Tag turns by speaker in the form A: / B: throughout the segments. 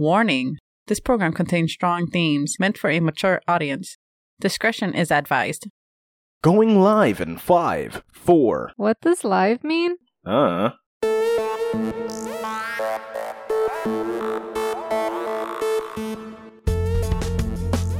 A: Warning This program contains strong themes meant for a mature audience. Discretion is advised.
B: Going live in five, four.
C: What does live mean?
B: Uh.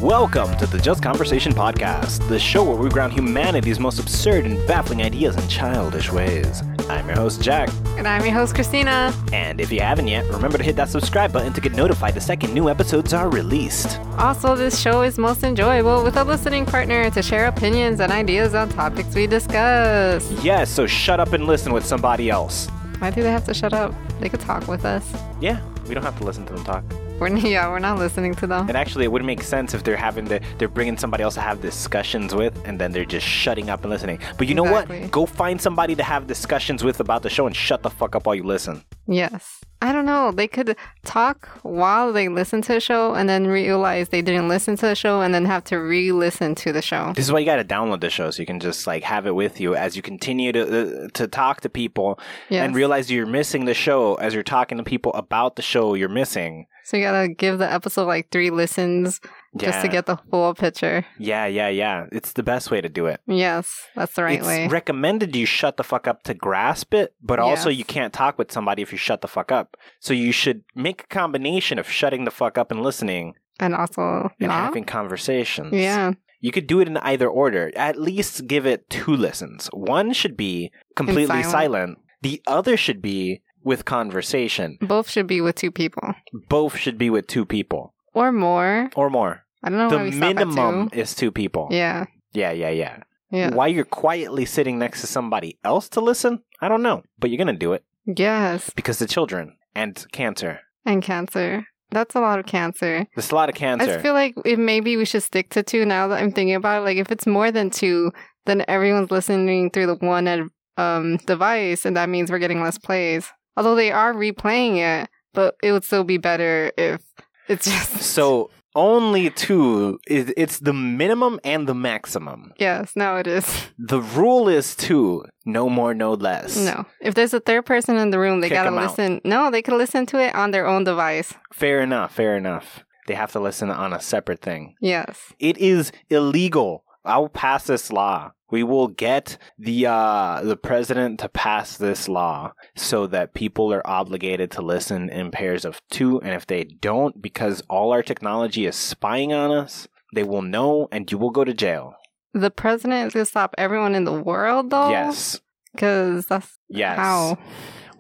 B: Welcome to the Just Conversation Podcast, the show where we ground humanity's most absurd and baffling ideas in childish ways. I'm your host, Jack,
C: And I'm your host, Christina.
B: and if you haven't yet, remember to hit that subscribe button to get notified the second new episodes are released.
C: Also, this show is most enjoyable with a listening partner to share opinions and ideas on topics we discuss.
B: Yes, so shut up and listen with somebody else.
C: Why do they have to shut up? They could talk with us.
B: Yeah, we don't have to listen to them talk.
C: We're, yeah, we're not listening to them.
B: And actually, it would make sense if they're having the, they're bringing somebody else to have discussions with, and then they're just shutting up and listening. But you know
C: Exactly.
B: what? Go find somebody to have discussions with about the show and shut the fuck up while you listen.
C: Yes. I don't know. They could talk while they listen to the show and then realize they didn't listen to the show and then have to re listen to the show.
B: This is why you got to download the show so you can just like have it with you as you continue to uh, to talk to people
C: Yes.
B: and realize you're missing the show as you're talking to people about the show you're missing.
C: So you gotta give the episode like three listens just to
B: Yeah.
C: get the full picture.
B: Yeah, yeah, yeah. It's the best way to do it.
C: Yes, that's the right
B: it's
C: way.
B: recommended you shut the fuck up to grasp it, but also
C: Yes.
B: you can't talk with somebody if you shut the fuck up. So you should make a combination of shutting the fuck up and listening
C: and also,
B: and
C: not?
B: having conversations.
C: yeah.
B: You could do it in either order. At least give it two listens. One should be completely
C: silent.
B: silent. The other should be with conversation.
C: Both should be with two people
B: Both should be with two people
C: or more.
B: or more.
C: I don't know why
B: the
C: we stop
B: minimum
C: at
B: is two people.
C: two. Yeah,
B: yeah, yeah. yeah.
C: yeah,
B: Why you're quietly sitting next to somebody else to listen? I don't know, but you're going to do it
C: yes,
B: because the children and cancer.
C: and cancer. That's a lot of cancer.
B: There's a lot of
C: I
B: cancer.
C: just feel like it, maybe we should stick to two. Now that I'm thinking about it, like if it's more than two, then everyone's listening through the one ad- um device, and that means we're getting less plays. Although they are replaying it, but it would still be better if it's just
B: so only two is it's the minimum and the maximum.
C: Yes, now it is.
B: The rule is two, no more, no less.
C: No, if there's a third person in the room, they
B: Kick
C: gotta
B: 'em out.
C: listen. No, they could listen to it on their own device.
B: Fair enough, fair enough. They have to listen on a separate thing.
C: Yes.
B: It is illegal. I'll pass this law. We will get the uh, the president to pass this law so that people are obligated to listen in pairs of two, and if they don't, because all our technology is spying on us, they will know, and you will go to jail.
C: The president is going to stop everyone in the world, though?
B: Yes,
C: Because that's
B: yes.
C: Oh, how?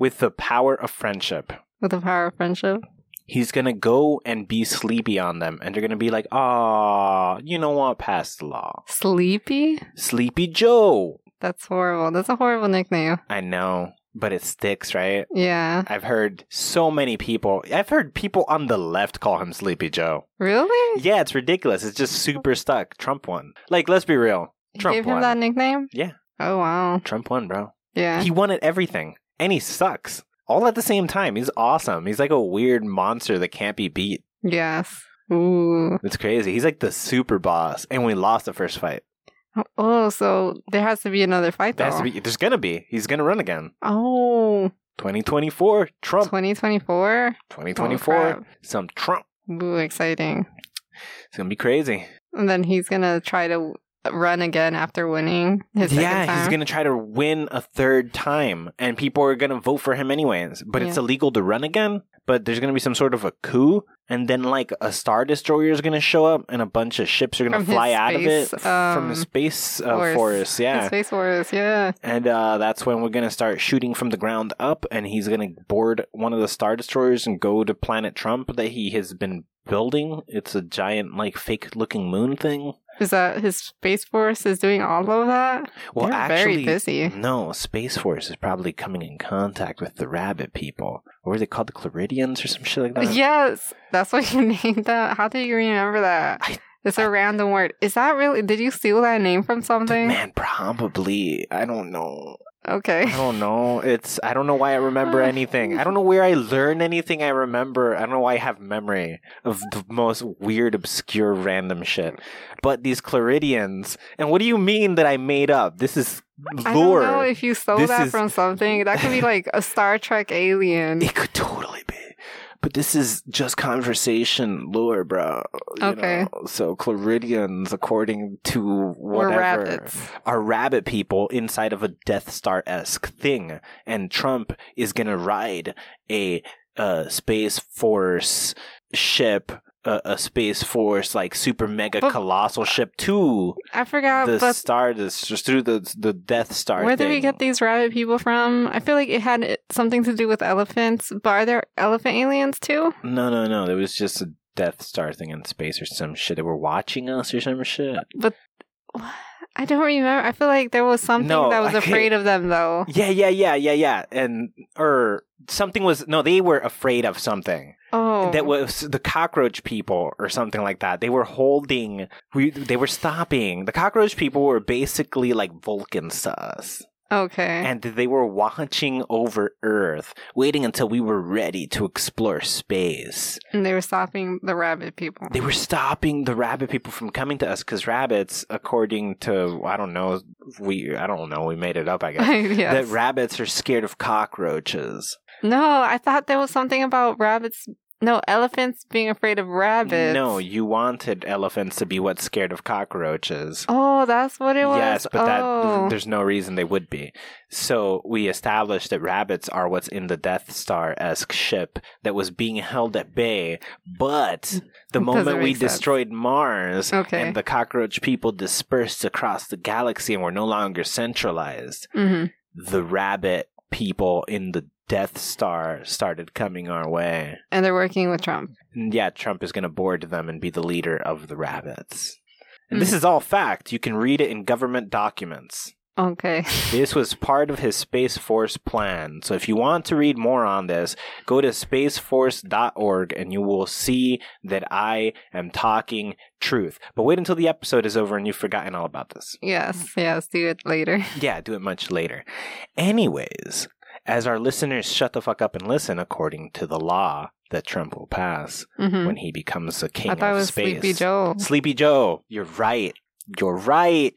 B: With the power of friendship.
C: with the power of friendship.
B: He's gonna go and be sleepy on them, and they're gonna be like, "Ah, you know what? Pass the law,
C: Sleepy?
B: Sleepy Joe."
C: That's horrible. That's a horrible nickname.
B: I know, but it sticks, right?
C: Yeah.
B: I've heard so many people. I've heard people on the left call him Sleepy Joe.
C: Really?
B: Yeah, it's ridiculous. It's just super stuck. Trump won. Like, let's be real.
C: You
B: Trump
C: gave him
B: won.
C: that nickname?
B: Yeah.
C: Oh, wow.
B: Trump won, bro.
C: Yeah.
B: He won at everything, and he sucks. All at the same time. He's awesome. He's like a weird monster that can't be beat.
C: yes. Ooh.
B: It's crazy. He's like the super boss, and we lost the first fight.
C: Oh, so there has to be another fight,
B: There
C: though.
B: has to be. There's gonna be. He's gonna run again.
C: Oh,
B: 2024 Trump.
C: 2024?
B: 2024
C: crap.
B: some Trump.
C: Ooh, exciting.
B: It's gonna be crazy.
C: And then he's going to try to run again after winning his second
B: yeah, he's
C: time.
B: gonna try to win a third time, and people are gonna vote for him anyways. But it's
C: Yeah.
B: illegal to run again. But there's gonna be some sort of a coup, and then like a star destroyer is gonna show up, and a bunch of ships are gonna
C: From his
B: fly out
C: space,
B: of it from the
C: um,
B: space uh,
C: force.
B: forest. Yeah,
C: Space Wars, yeah.
B: and uh, that's when we're gonna start shooting from the ground up, and he's gonna board one of the star destroyers and go to planet Trump that he has been building. It's a giant like fake looking moon thing.
C: Is that his Space Force is doing all of that?
B: Well,
C: They're
B: actually,
C: very busy.
B: No, Space Force is probably coming in contact with the rabbit people. Or are they called the Claridians or some shit like that?
C: yes, that's what you named that. How do you remember that?
B: I-
C: it's a random word. Is that really? Did you steal that name from something?
B: Man, probably. I don't know. I
C: Okay.
B: don't know. It's I don't know why I remember anything. I don't know where I learn anything I remember. I don't know why I have memory of the most weird, obscure, random shit. But these Claridians, and what do you mean that I made up? This is
C: I
B: lore.
C: don't know if you stole
B: This
C: that
B: is-
C: from something. That could be like a Star Trek alien.
B: It could totally be. But this is just conversation lore, bro. You
C: Okay.
B: know? So Claridians, according to
C: We're
B: whatever,
C: rabbits.
B: are rabbit people inside of a Death Star esque thing, and Trump is gonna ride a uh, space force ship, uh, a space force like super mega
C: But-
B: colossal ship to
C: I forgot,
B: the
C: but
B: star, this just through the the Death Star.
C: where did we
B: thing.
C: get these rabbit people from? I feel like it had it- something to do with elephants. But are there elephant aliens too?
B: No, no, no. There was just a Death Star thing in space or some shit. They were watching us or some shit.
C: I don't remember. I feel like there was something
B: No,
C: that was
B: I-
C: afraid of them, though.
B: Yeah, yeah, yeah, yeah, yeah. And or something was no. They were afraid of something.
C: Oh,
B: that was the cockroach people or something like that. They were holding. We they were stopping. The cockroach people were basically like Vulcans to us,
C: okay.
B: and they were watching over Earth, waiting until we were ready to explore space.
C: And they were stopping the rabbit people.
B: They were stopping the rabbit people from coming to us because rabbits, according to I don't know, we I don't know, we made it up, I guess.
C: yes.
B: That rabbits are scared of cockroaches.
C: no, I thought there was something about rabbits. No, elephants being afraid of rabbits.
B: No, you wanted elephants to be what's scared of cockroaches.
C: Oh, that's what it was.
B: Yes, but
C: oh.
B: that there's no reason they would be. So we established that rabbits are what's in the Death Star esque ship that was being held at bay. But the
C: Doesn't
B: moment we
C: make sense.
B: destroyed Mars
C: Okay.
B: and the cockroach people dispersed across the galaxy and were no longer centralized,
C: Mhm.
B: the rabbit people in the Death Star started coming our way.
C: And they're working with Trump.
B: And yeah, Trump is going to board them and be the leader of the rabbits. And this is all fact. You can read it in government documents.
C: Okay.
B: This was part of his Space Force plan. So if you want to read more on this, go to spaceforce.org and you will see that I am talking truth. But wait until the episode is over and you've forgotten all about this.
C: Yes, yes, do it later.
B: Yeah, do it much later. Anyways, as our listeners shut the fuck up and listen according to the law that Trump will pass
C: hmm
B: when he becomes the king
C: I thought it
B: of
C: was
B: space.
C: Sleepy Joe.
B: Sleepy Joe, you're right. You're right.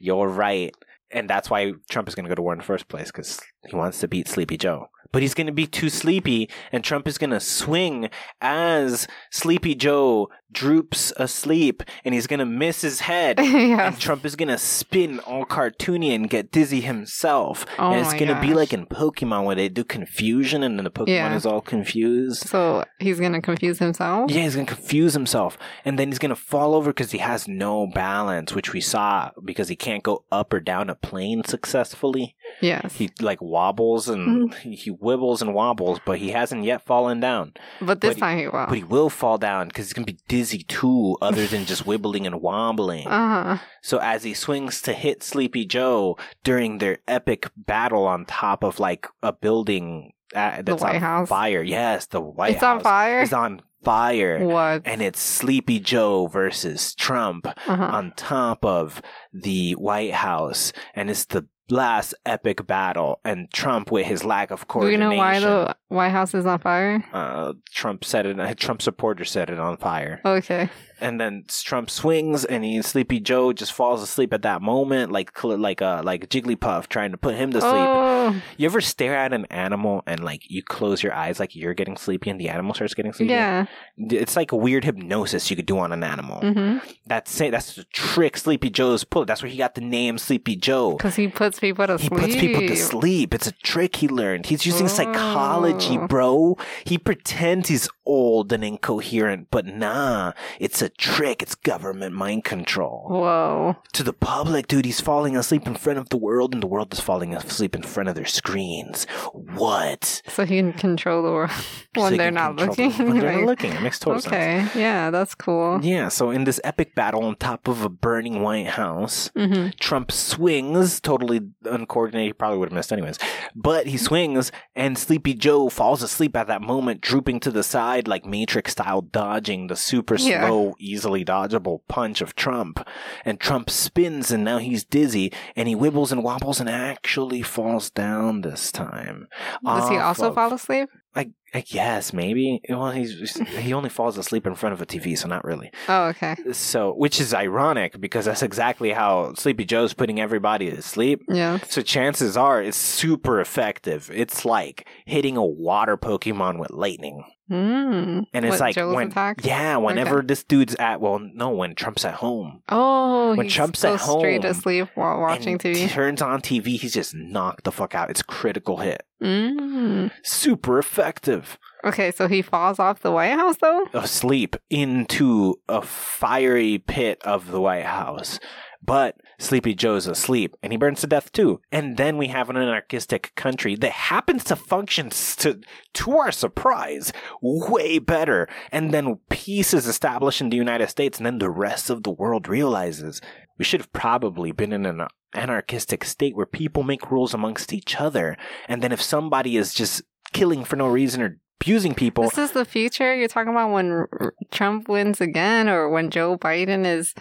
B: You're right. And that's why Trump is going to go to war in the first place because he wants to beat Sleepy Joe. But he's going to be too sleepy, and Trump is going to swing as Sleepy Joe droops asleep, and he's going to miss his head. And
C: yes.
B: Trump is gonna spin all cartoony and get dizzy himself.
C: Oh
B: and it's
C: my
B: gonna be
C: gosh.
B: like in Pokemon where they do confusion and then the Pokemon
C: Yeah. Oh.
B: is all confused.
C: So he's gonna confuse himself.
B: Yeah, he's gonna confuse himself, and then he's gonna fall over because he has no balance, which we saw because he can't go up or down a plane successfully.
C: Yes,
B: He like wobbles and
C: Mm-hmm.
B: he he wibbles and wobbles, but he hasn't yet fallen down.
C: but this
B: but he-
C: time he
B: But
C: will.
B: he will fall down because he's gonna be dizzy too, other than just wibbling and wobbling.
C: Uh huh.
B: So as he swings to hit Sleepy Joe during their epic battle on top of like a building uh, that's
C: White
B: on
C: House?
B: fire. Yes, the White
C: It's
B: House
C: on fire.
B: is on fire
C: What?
B: and it's Sleepy Joe versus Trump
C: Uh-huh.
B: on top of the White House, and it's the last epic battle. And Trump, with his lack of
C: Do you
B: coordination,
C: know why the White House is on fire?
B: uh, Trump set it. A Trump supporter set it on fire,
C: Okay.
B: and then Trump swings, and he, Sleepy Joe just falls asleep at that moment, like cl- like uh, like Jigglypuff trying to put him to sleep.
C: Oh,
B: You ever stare at an animal and like you close your eyes, like you're getting sleepy, and the animal starts getting sleepy?
C: yeah.
B: it's like a weird hypnosis you could do on an animal.
C: hmm
B: That's it. That's the trick Sleepy Joe's pulled. That's where he got the name Sleepy Joe.
C: Because he puts people to
B: He
C: sleep.
B: puts people to sleep. It's a trick he learned. He's using psychology,
C: Oh.
B: bro. He pretends he's old and incoherent, but nah, it's a trick. It's government mind control.
C: Whoa.
B: To the public, dude, he's falling asleep in front of the world, and the world is falling asleep in front of their screens. What?
C: So he can control the world
B: So
C: when
B: he
C: they're
B: can
C: not
B: control
C: looking.
B: them. When they're not
C: Like,
B: looking. It makes total sense.
C: okay. Yeah, that's cool.
B: Yeah, so in this epic battle on top of a burning White House,
C: hmm
B: Trump swings, totally uncoordinated, he probably would have missed anyways, but he swings, and Sleepy Joe falls asleep at that moment, drooping to the side, like Matrix style, dodging the super
C: Yeah.
B: slow, easily dodgeable punch of Trump. And Trump spins, and now he's dizzy, and he wibbles and wobbles and actually falls down this time.
C: Does he
B: Off
C: also
B: of-
C: fall asleep?
B: I, I guess maybe. Well, he's he only falls asleep in front of a TV, so not really.
C: Oh, okay.
B: So, which is ironic because that's exactly how Sleepy Joe's putting everybody to sleep.
C: Yeah.
B: So chances are it's super effective. It's like hitting a water Pokemon with lightning.
C: Mm.
B: And it's
C: What,
B: like
C: Joel's
B: when
C: attack?
B: yeah, whenever this dude's at well, no, when Trump's at home
C: Oh,
B: When
C: he's
B: Trump's
C: so
B: at
C: straight
B: home
C: asleep while watching
B: and
C: TV.
B: turns on TV, he's just knocked the fuck out. It's critical hit,
C: Mm.
B: super effective.
C: Okay, so he falls off the White House though.
B: Asleep into a fiery pit of the White House. But Sleepy Joe's asleep and he burns to death too. And then we have an anarchistic country that happens to function s- to, to our surprise way better. And then peace is established in the United States, and then the rest of the world realizes we should have probably been in an anarchistic state where people make rules amongst each other. And then if somebody is just killing for no reason or abusing people,
C: This is the future you're talking about when R- R- Trump wins again, or when Joe Biden is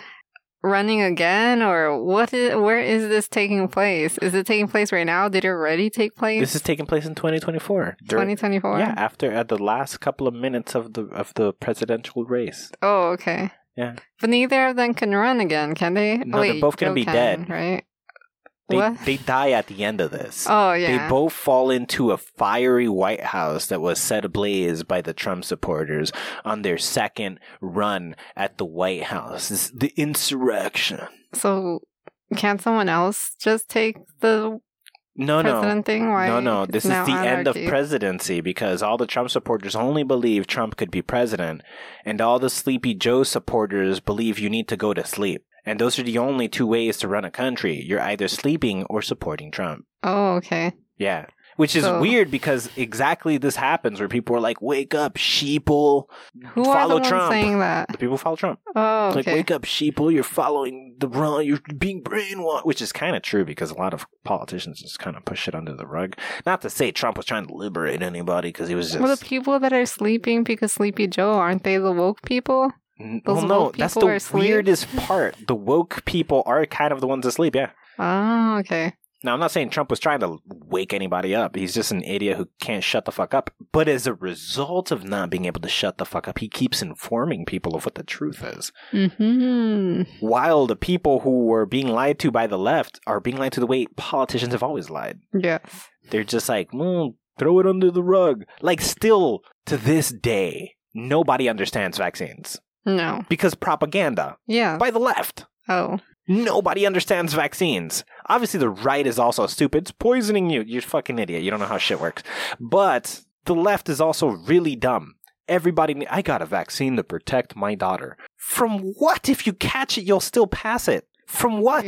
C: running again, or what? Is, where is this taking place? Is it taking place right now? Did it already take place?
B: This is taking place in 2024. Dur-
C: 2024.
B: Yeah, after at the last couple of minutes of the of the presidential race.
C: Oh, okay.
B: Yeah.
C: But neither of them can run again, can they?
B: No, they're both gonna
C: Joe
B: be
C: can,
B: dead.
C: right?
B: They
C: What?
B: they die at the end of this.
C: Oh,
B: They
C: yeah.
B: both fall into a fiery White House that was set ablaze by the Trump supporters on their second run at the White House. It's the insurrection.
C: so can someone else just take the
B: No, no.
C: president thing? Why?
B: No, no.
C: it's
B: This is the
C: now
B: end of
C: anarchy?
B: presidency because all the Trump supporters only believe Trump could be president, and all the Sleepy Joe supporters believe you need to go to sleep. And those are the only two ways to run a country. You're either sleeping or supporting Trump.
C: Oh, okay.
B: Yeah. Which is
C: So-
B: weird because exactly this happens where people are like, wake up, sheeple.
C: Who are the
B: follow
C: ones
B: Trump.
C: saying that?
B: The people follow Trump.
C: Oh,
B: It's
C: okay.
B: Like, wake up, sheeple. You're following the wrong. You're being brainwashed, which is kind of true because a lot of politicians just kind of push it under the rug. Not to say Trump was trying to liberate anybody because he was just.
C: Well, the people that are sleeping because Sleepy Joe aren't they the woke people?
B: N-
C: those
B: well, no,
C: woke
B: that's
C: people
B: the
C: are asleep.
B: weirdest part. The woke people are kind of the ones asleep. Yeah.
C: Oh, okay.
B: Now, I'm not saying Trump was trying to wake anybody up. He's just an idiot who can't shut the fuck up. But as a result of not being able to shut the fuck up, he keeps informing people of what the truth is.
C: Hmm.
B: While the people who were being lied to by the left are being lied to the way politicians have always lied.
C: Yes.
B: They're just like, mm, throw it under the rug. Like, still to this day, nobody understands vaccines
C: No.
B: because propaganda
C: Yeah.
B: by the left.
C: Oh.
B: Nobody understands vaccines. Obviously, the right is also stupid. It's poisoning you. You're a fucking idiot. You don't know how shit works. But the left is also really dumb. Everybody, ne- I got a vaccine to protect my daughter. From what? If you catch it, you'll still pass it. From what?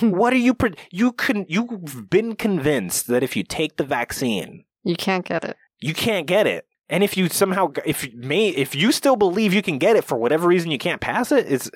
B: what are you? Pre- you can. You've been convinced that if you take the vaccine,
C: you can't get it.
B: you can't get it. And if you somehow, if you may, if you still believe you can get it for whatever reason, you can't pass it. It's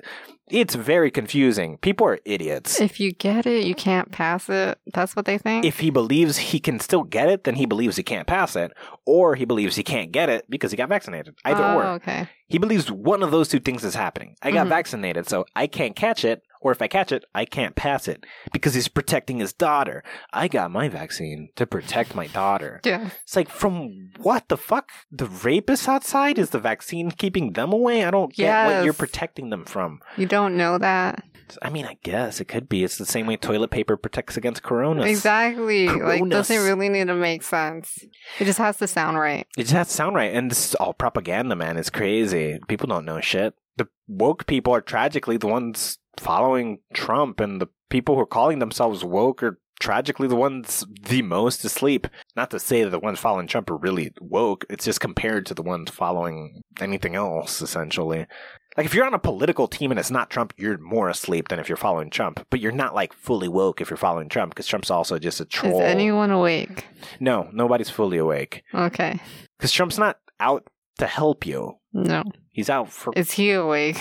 B: it's very confusing. People are idiots.
C: If you get it, you can't pass it. That's what they think.
B: If he believes he can still get it, then he believes he can't pass it, or he believes he can't get it because he got vaccinated. Either
C: oh,
B: or,
C: Okay.
B: he believes one of those two things is happening. I got
C: Mhm.
B: vaccinated, so I can't catch it, or if I catch it, I can't pass it because he's protecting his daughter. I got my vaccine to protect my daughter.
C: Yeah.
B: It's like from what the fuck? The rapists outside? Is the vaccine keeping them away? I don't get what you're
C: Yes.
B: protecting them from.
C: You don't know that
B: I mean, I guess it could be. It's the same way toilet paper protects against corona.
C: exactly. Like,
B: Coronas.
C: doesn't really need to make sense. It just has to sound right.
B: It just has to sound right. And this is all propaganda, man. It's crazy. People don't know shit. The woke people are tragically the ones following Trump, and the people who are calling themselves woke are tragically the ones the most asleep. Not to say that the ones following Trump are really woke, it's just compared to the ones following anything else, essentially. Like, if you're on a political team and it's not Trump, you're more asleep than if you're following Trump. But you're not, like, fully woke if you're following Trump, because Trump's also just a troll.
C: Is anyone awake?
B: No, nobody's fully awake.
C: Okay.
B: Because Trump's not out to help you.
C: No.
B: He's out for.
C: Is he awake?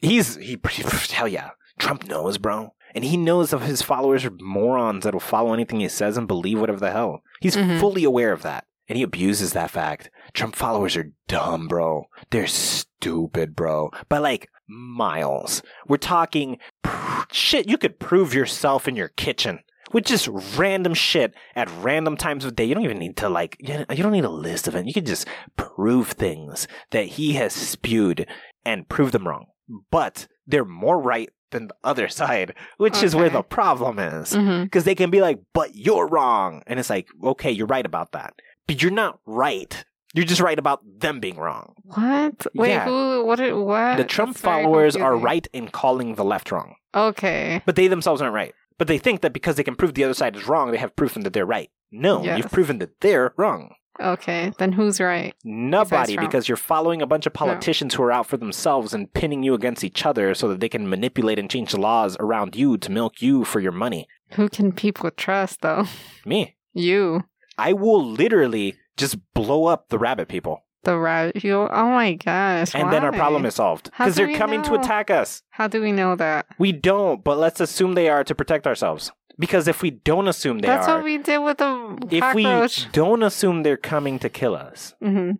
B: he's he. Hell yeah, Trump knows, bro, and he knows of his followers are morons that'll follow anything he says and believe whatever the hell. He's
C: Mhm.
B: fully aware of that, and he abuses that fact. Trump followers are dumb, bro. They're stupid, bro. By like miles. We're talking pr- shit. You could prove yourself in your kitchen. with just random shit at random times of day. You don't even need to like you you don't need a list of it. You can just prove things that he has spewed and prove them wrong. But they're more right than the other side, which is where
C: Okay.
B: the problem is
C: Mm-hmm.
B: because they can be like, but you're wrong. And it's like, okay, you're right about that. But you're not right. You're just right about them being wrong.
C: What? Wait,
B: Yeah.
C: who? What? did- What?
B: The Trump
C: That's very
B: followers are
C: confusing.
B: right in calling the left wrong,
C: Okay.
B: but they themselves aren't right. But they think that because they can prove the other side is wrong, they have proven that they're right. No,
C: Yes.
B: you've proven that they're wrong.
C: Okay. Then who's right?
B: Nobody,
C: Trump.
B: because you're following a bunch of politicians who are out for themselves and pinning you against each other so that they can manipulate and change the laws around you to milk you for your money.
C: Who can people trust though?
B: Me.
C: You,
B: I will literally just blow up the rabbit people.
C: the rabbit. You. Oh my gosh.
B: and then our
C: why?
B: problem is solved
C: How
B: because
C: do
B: they're
C: we
B: coming to
C: know?
B: attack us.
C: How do we know that?
B: We don't, but let's assume they are to protect ourselves. Because if we don't assume they
C: That's
B: are,
C: what we did with the
B: if we
C: cockroach.
B: don't assume they're coming to kill us,
C: hmm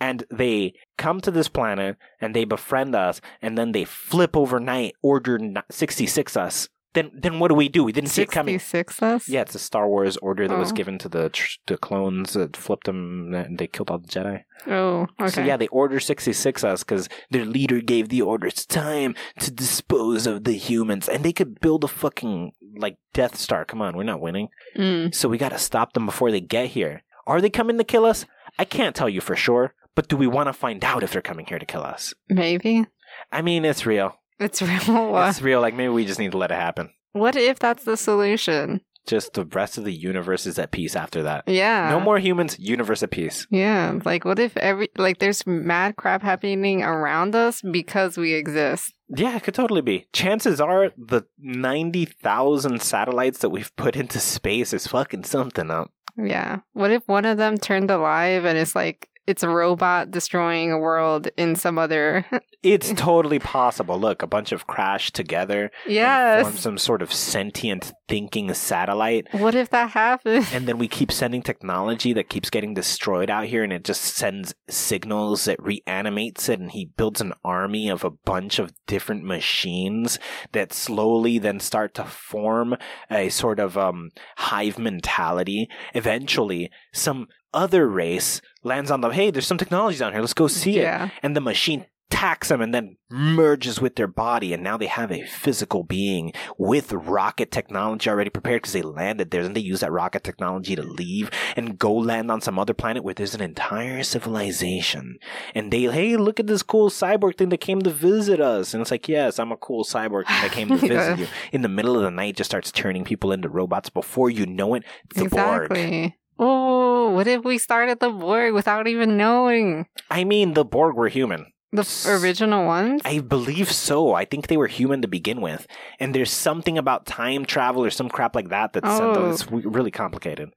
B: and they come to this planet and they befriend us, and then they flip overnight, Order ni- sixty six us, then then what do we do? We didn't see it coming.
C: Sixty-six. Us.
B: Yeah, it's a Star Wars order that was
C: Oh.
B: given to the tr- the clones that flipped them and they killed all the Jedi.
C: Oh. Okay.
B: So yeah, they order 66 us because their leader gave the order. It's time to dispose of the humans, and they could build a fucking like Death Star. Come on, we're not winning.
C: Mm.
B: So we gotta stop them before they get here. Are they coming to kill us? I can't tell you for sure, but do we want to find out if they're coming here to kill us?
C: Maybe.
B: I mean, it's real.
C: It's real. What?
B: It's real. Like maybe we just need to let it happen.
C: What if that's the solution?
B: Just the rest of the universe is at peace after that.
C: Yeah.
B: No more humans. Universe at peace.
C: Yeah, like what if every like there's mad crap happening around us because we exist?
B: Yeah, it could totally be. Chances are the 90,000 satellites that we've put into space is fucking something up.
C: Yeah. What if one of them turned alive and it's like it's a robot destroying a world in some other
B: It's totally possible. Look, a bunch of crash together and form
C: Yes.
B: some sort of sentient thinking satellite.
C: What if that happened?
B: And then we keep sending technology that keeps getting destroyed out here, and it just sends signals that reanimates it. And he builds an army of a bunch of different machines that slowly then start to form a sort of um, hive mentality. Eventually, some other race lands on the hey, there's some technology down here. Let's go see it
C: yeah.
B: and the machine attacks them and then merges with their body and now they have a physical being with rocket technology already prepared because they landed there and they use that rocket technology to leave and go land on some other planet where there's an entire civilization and they hey look at this cool cyborg thing that came to visit us and it's like yes i'm a cool cyborg thing that came to visit you in the middle of the night just starts turning people into robots before you know it it's a borg
C: Exactly. Oh, what if we started the Borg without even knowing
B: i mean the borg were human
C: the
B: S-
C: original ones?
B: I believe so. I think they were human to begin with, and there's something about time travel or some crap like that that's something
C: Oh.
B: that's w- really complicated.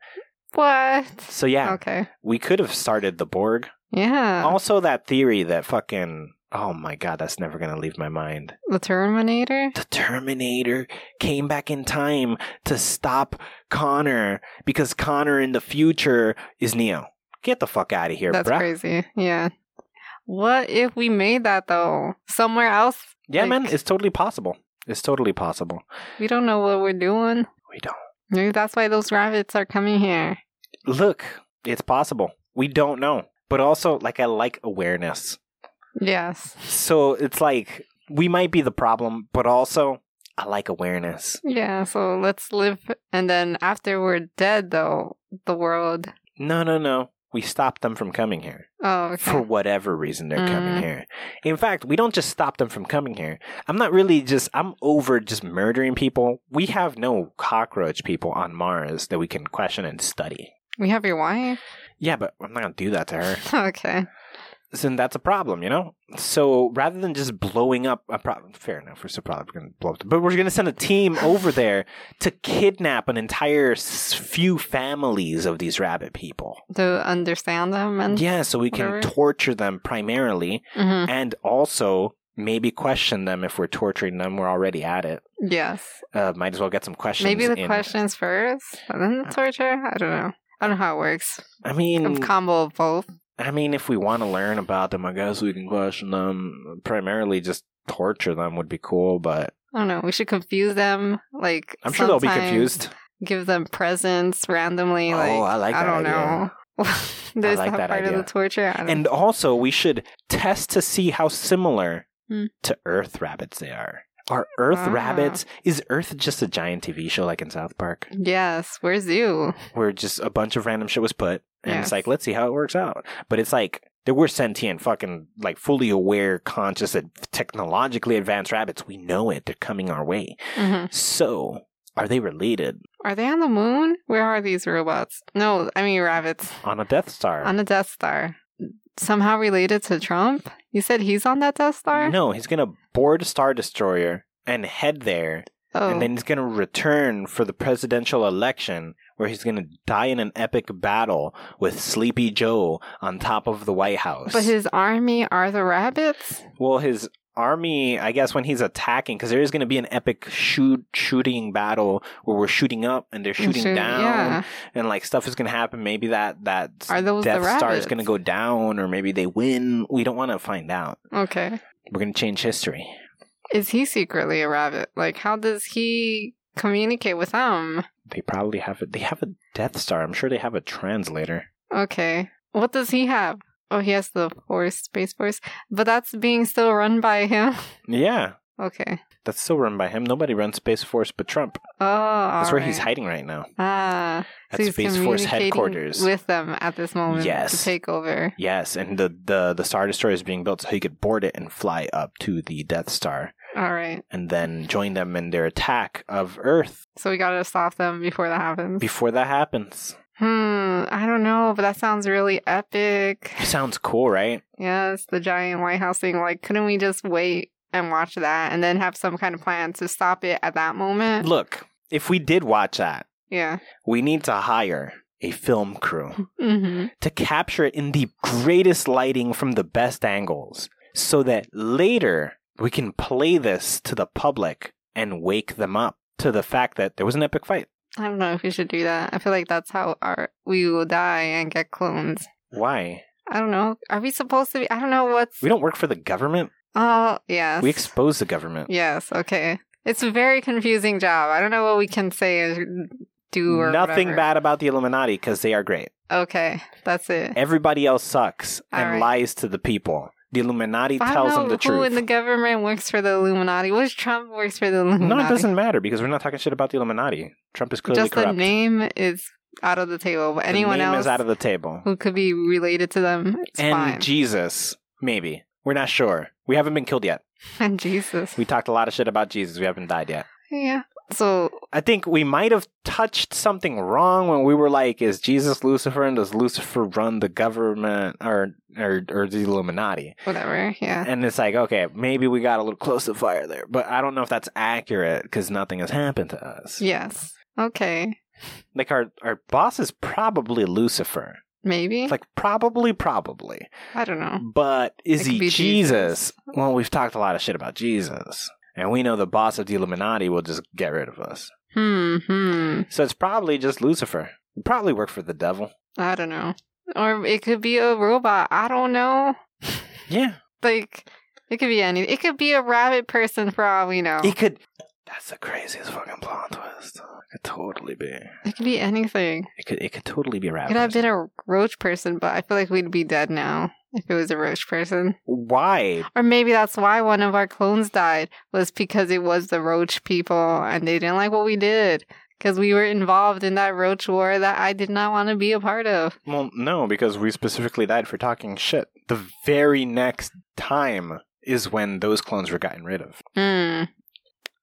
C: what?
B: So yeah,
C: Okay. Uh.
B: we could have started the Borg.
C: Yeah.
B: Also, that theory that fucking oh my god, that's never gonna leave my mind.
C: the Terminator?
B: The Terminator came back in time to stop Connor because Connor in the future is Neo. Get the fuck out of here,
C: That's
B: bruh.
C: crazy. Yeah. What if we made that though? Somewhere else?
B: Yeah, man,
C: Like-
B: it's totally possible. It's totally possible.
C: We don't know what we're doing.
B: We don't.
C: Maybe that's why those rabbits are coming here.
B: look, it's possible. We don't know. But also, like, I like awareness.
C: Yes.
B: So it's like, we might be the problem, but also, I like awareness.
C: Yeah, so let's live. And then after we're dead, though, the world.
B: No, no, no. We stop them from coming here
C: Oh, okay.
B: for whatever reason they're coming
C: Mm.
B: here. In fact, we don't just stop them from coming here. I'm not really just, I'm over just murdering people. We have no cockroach people on Mars that we can question and study.
C: we have your wife?
B: Yeah, but I'm not going to do that to her.
C: okay.
B: then that's a problem, you know? So rather than just blowing up a problem, fair enough, we're still probably going to blow up, the- but we're going to send a team over there to kidnap an entire s- few families of these rabbit people.
C: To understand them and.
B: Yeah, so we can
C: Whatever.
B: torture them primarily
C: Mhm.
B: and also maybe question them if we're torturing them. We're already at it.
C: Yes.
B: Uh, might as well get some questions.
C: Maybe the
B: in. Uh,
C: questions first and then the torture? I don't know. I don't know how it works.
B: I
C: A
B: mean,
C: combo of both.
B: I mean, if we want to learn about them, I guess we can question them. Primarily, just torture them would be cool, but
C: I don't know. We should confuse them. Like
B: I'm sure they'll be
C: sometimes-
B: confused.
C: give them presents randomly.
B: Oh,
C: like,
B: I like
C: I
B: that
C: don't
B: idea.
C: know. There's
B: like
C: that,
B: that
C: part
B: idea.
C: of the torture. I don't
B: And also, we should test to see how similar
A: Hmm.
B: to Earth rabbits they are. Are Earth
C: Ah.
B: rabbits? Is Earth just a giant TV show like in South Park,
C: Yes, where's you?
B: where just a bunch of random shit was put, and it's
C: Yes.
B: like, let's see how it works out. But it's like there were sentient, fucking, like fully aware, conscious, and technologically advanced rabbits. We know it; they're coming our way.
C: Mm-hmm.
B: So, are they related
C: Are they on the moon? Where are these robots? No, I mean rabbits
B: on a Death Star?
C: on the Death Star. Somehow related to Trump? You said he's on that Death Star?
B: No, he's gonna board a Star Destroyer and head there,
C: Oh.
B: and then he's gonna return for the presidential election, where he's gonna die in an epic battle with Sleepy Joe on top of the White House.
C: but his army are the rabbits?
B: well, his army, I guess, when he's attacking, because there is gonna be an epic shoot shooting battle where we're shooting up and they're shooting
C: Shoot-
B: down,
C: Yeah.
B: and like stuff is gonna happen. Maybe that that
C: Are those the
B: Death
C: rabbits?
B: Star is gonna go down, or maybe they win. We don't want to find out.
C: Okay.
B: We're gonna change history.
C: Is he secretly a rabbit? Like, how does he communicate with them?
B: They probably have a they have a Death Star. I'm sure they have a translator.
C: Okay. What does he have? Oh, he has the force, space force, but that's being still run by him.
B: Yeah,
C: Okay.
B: that's still run by him. Nobody runs Space Force but Trump.
C: Oh,
B: That's
C: that's
B: where he's hiding right now.
C: Ah,
B: At
C: so he's
B: Space Force
C: communicating
B: headquarters.
C: with them at this moment to
B: Yes.
C: take over.
B: yes, and the, the the Star Destroyer is being built so he could board it and fly up to the Death Star
C: All right.
B: and then join them in their attack of Earth
C: So we gotta stop them before that happens.
B: before that happens.
C: hmm. I don't know, but that sounds really epic.
B: Sounds cool, right?
C: Yes, the giant White House thing. Like, couldn't we just wait and watch that and then have some kind of plan to stop it at that moment?
B: Look, if we did watch that,
C: Yeah.
B: we need to hire a film crew.
C: Mm-hmm.
B: to capture it in the greatest lighting from the best angles so that later we can play this to the public and wake them up to the fact that there was an epic fight.
C: I don't know if we should do that. I feel like that's how our we will die and get clones.
B: Why?
C: I don't know. Are we supposed to be? I don't know what's.
B: We don't work for the government.
C: Oh yes.
B: We expose the government.
C: yes. Okay. It's a very confusing job. I don't know what we can say or do or
B: Nothing
C: whatever.
B: bad about the Illuminati because they are great.
C: Okay, that's it.
B: Everybody else sucks and
C: Alright.
B: lies to the people. The Illuminati
C: If I
B: tells
C: know
B: them the
C: Who
B: truth.
C: in the government works for the Illuminati? Which Trump works for the Illuminati?
B: no, it doesn't matter because we're not talking shit about the Illuminati. Trump is clearly
C: Just
B: corrupt.
C: the name is out of the table. But
B: The
C: anyone
B: name
C: else
B: is out of the table.
C: who could be related to them, it's
B: and
C: fine.
B: Jesus, maybe. We're not sure. We haven't been killed yet.
C: and Jesus.
B: We talked a lot of shit about Jesus. We haven't died yet.
C: yeah. So
B: I think we might have touched something wrong when we were like, "Is Jesus Lucifer and does Lucifer run the government or or, or the Illuminati?"
C: whatever. Yeah.
B: And it's like, okay, maybe we got a little close to fire there, but I don't know if that's accurate because nothing has happened to us.
C: Yes. Okay.
B: Like our our boss is probably Lucifer.
C: Maybe.
B: It's like probably, probably.
C: I don't know.
B: But
C: It
B: is
C: could
B: he
C: be
B: Jesus?
C: Jesus.
B: Well, we've talked a lot of shit about Jesus. And we know the boss of the Illuminati will just get rid of us.
C: Hmm. Hmm.
B: So it's probably just Lucifer. He probably worked for the devil.
C: I don't know. Or it could be a robot. I don't know.
B: Yeah.
C: Like it could be any. It could be a rabbit person for all we know.
B: He could. That's the craziest fucking plot twist. It could totally be.
C: It could be anything.
B: It could, it could totally be a
C: It
B: rabbit.
C: could have been a roach person, but I feel like we'd be dead now if it was a roach person.
B: Why?
C: Or maybe that's why one of our clones died was because it was the roach people and they didn't like what we did because we were involved in that roach war that I did not want to be a part of.
B: Well, no, because we specifically died for talking shit. The very next time is when those clones were gotten rid of.
C: Hmm.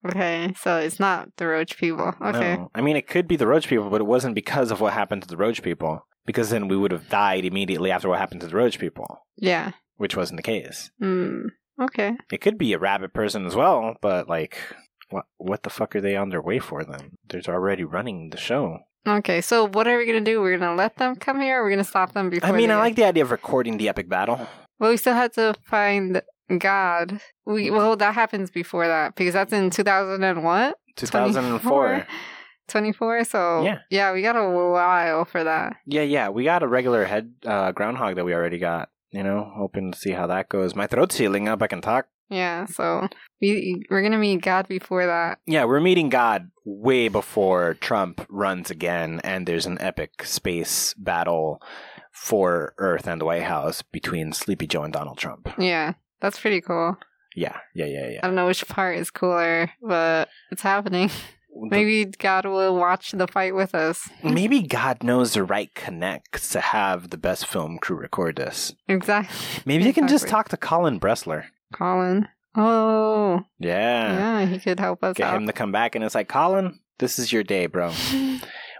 C: Okay, so it's not the roach people. Okay.
B: No. I mean, it could be the Roach people, but it wasn't because of what happened to the Roach people, because then we would have died immediately after what happened to the Roach people,
C: Yeah.
B: which wasn't the case.
C: Hmm. Okay.
B: It could be a rabbit person as well, but like, what, what the fuck are they on their way for then? They're already running the show.
C: Okay. So what are we gonna do? We're gonna let them come here. Or we're gonna stop them before.
B: I mean,
C: they-
B: I like the idea of recording the epic battle.
C: Well, we still had to find God. We well, that happens before that because that's in two thousand and what?
B: 2004.
C: 24 so
B: Yeah.
C: we got a while for that
B: Yeah, yeah. We got a regular head uh, groundhog that we already got. You know, hoping to see how that goes. My throat's healing up. I can talk.
C: Yeah, so we we're gonna meet God before that.
B: Yeah, we're meeting God way before Trump runs again, and there's an epic space battle for Earth and the White House between Sleepy Joe and Donald Trump.
C: Yeah, that's pretty cool.
B: Yeah, yeah, yeah,
C: I
B: yeah.
C: don't know which part is cooler, but it's happening.
B: The-
C: Maybe God will watch the fight with us.
B: Maybe God knows the right connects to have the best film crew record this.
C: Exactly.
B: Maybe you can just
C: Exactly.
B: talk to Colin Bressler.
C: Colin. Oh,
B: Yeah.
C: yeah, he could help us
B: Get
C: out.
B: him to come back, and it's like, Colin, this is your day, bro.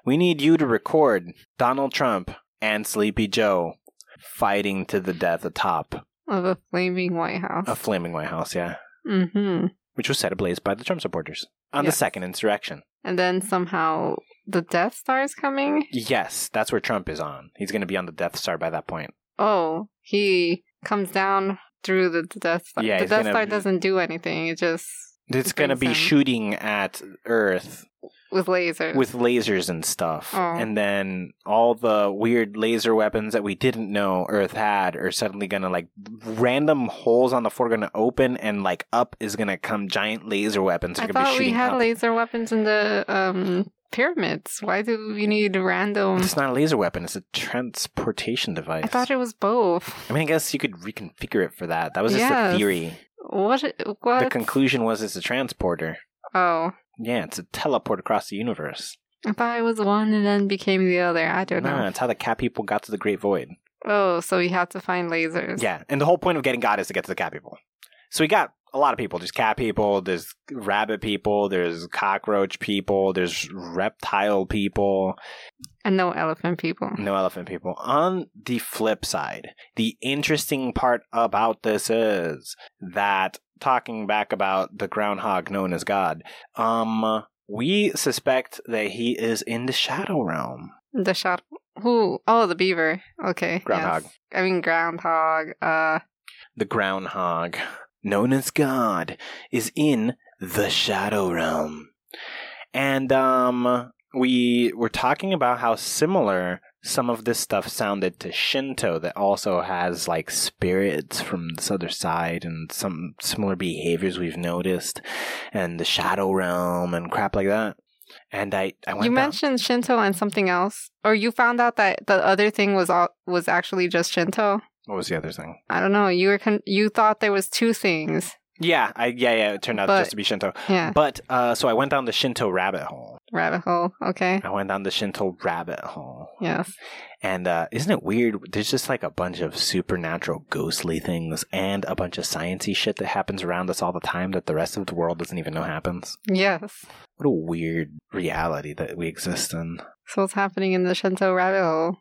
B: We need you to record Donald Trump and Sleepy Joe fighting to the death atop
C: of a flaming White House.
B: a flaming White House, yeah,
C: mm-hmm.
B: which was set ablaze by the Trump supporters on the
C: Yes.
B: second insurrection.
C: And then somehow the Death Star is coming.
B: Yes, that's where Trump is on. He's going to be on the Death Star by that point.
C: Oh, he comes down through the, the Death Star.
B: Yeah,
C: the
B: he's
C: Death
B: gonna-
C: Star doesn't do anything. It just
B: It's
C: It
B: going to
C: brings
B: be
C: him.
B: shooting at Earth
C: with lasers.
B: with lasers and stuff.
C: Oh.
B: And then all the weird laser weapons that we didn't know Earth had are suddenly going to like random holes on the floor going to open and like up is going to come giant laser weapons. They're
C: I
B: gonna be
C: thought we
B: shooting
C: had
B: up.
C: laser weapons in the um, pyramids. Why do we need random?
B: It's not a laser weapon. It's a transportation device.
C: I thought it was both.
B: I mean, I guess you could reconfigure it for that. That was just a
C: Yes.
B: theory.
C: What? What?
B: The conclusion was it's a transporter.
C: oh,
B: Yeah, it's a teleport across the universe.
C: I thought it was one and then became the other. I don't
B: Nah,
C: know.
B: it's how the cat people got to the great void.
C: Oh, so we have to find lasers.
B: Yeah, and the whole point of getting God is to get to the cat people. So we got a lot of people. There's cat people. There's rabbit people. There's cockroach people. There's reptile people.
C: And no elephant people.
B: No elephant people. On the flip side, the interesting part about this is that talking back about the groundhog known as God, um, we suspect that he is in the shadow realm.
C: The shot. Who? Oh, the beaver. Okay.
B: Groundhog.
C: yes. I mean, groundhog. Uh,
B: The groundhog, known as God, is in the shadow realm. And um we were talking about how similar some of this stuff sounded to Shinto that also has like spirits from this other side and some similar behaviors we've noticed and the shadow realm and crap like that. And I, I went
C: you
B: down-
C: mentioned Shinto and something else, or you found out that the other thing was all, was actually just Shinto.
B: what was the other thing?
C: I don't know. You were con- you thought there was two things.
B: Yeah, I yeah, yeah, it turned out
C: But-
B: just to be Shinto.
C: Yeah.
B: But uh so I went down the Shinto rabbit hole.
C: Rabbit hole. Okay.
B: I went down the Shinto rabbit hole.
C: Yes.
B: And uh, isn't it weird? There's just like a bunch of supernatural, ghostly things and a bunch of sciencey shit that happens around us all the time that the rest of the world doesn't even know happens.
C: Yes.
B: What a weird reality that we exist in.
C: So what's happening in the Shinto rabbit hole?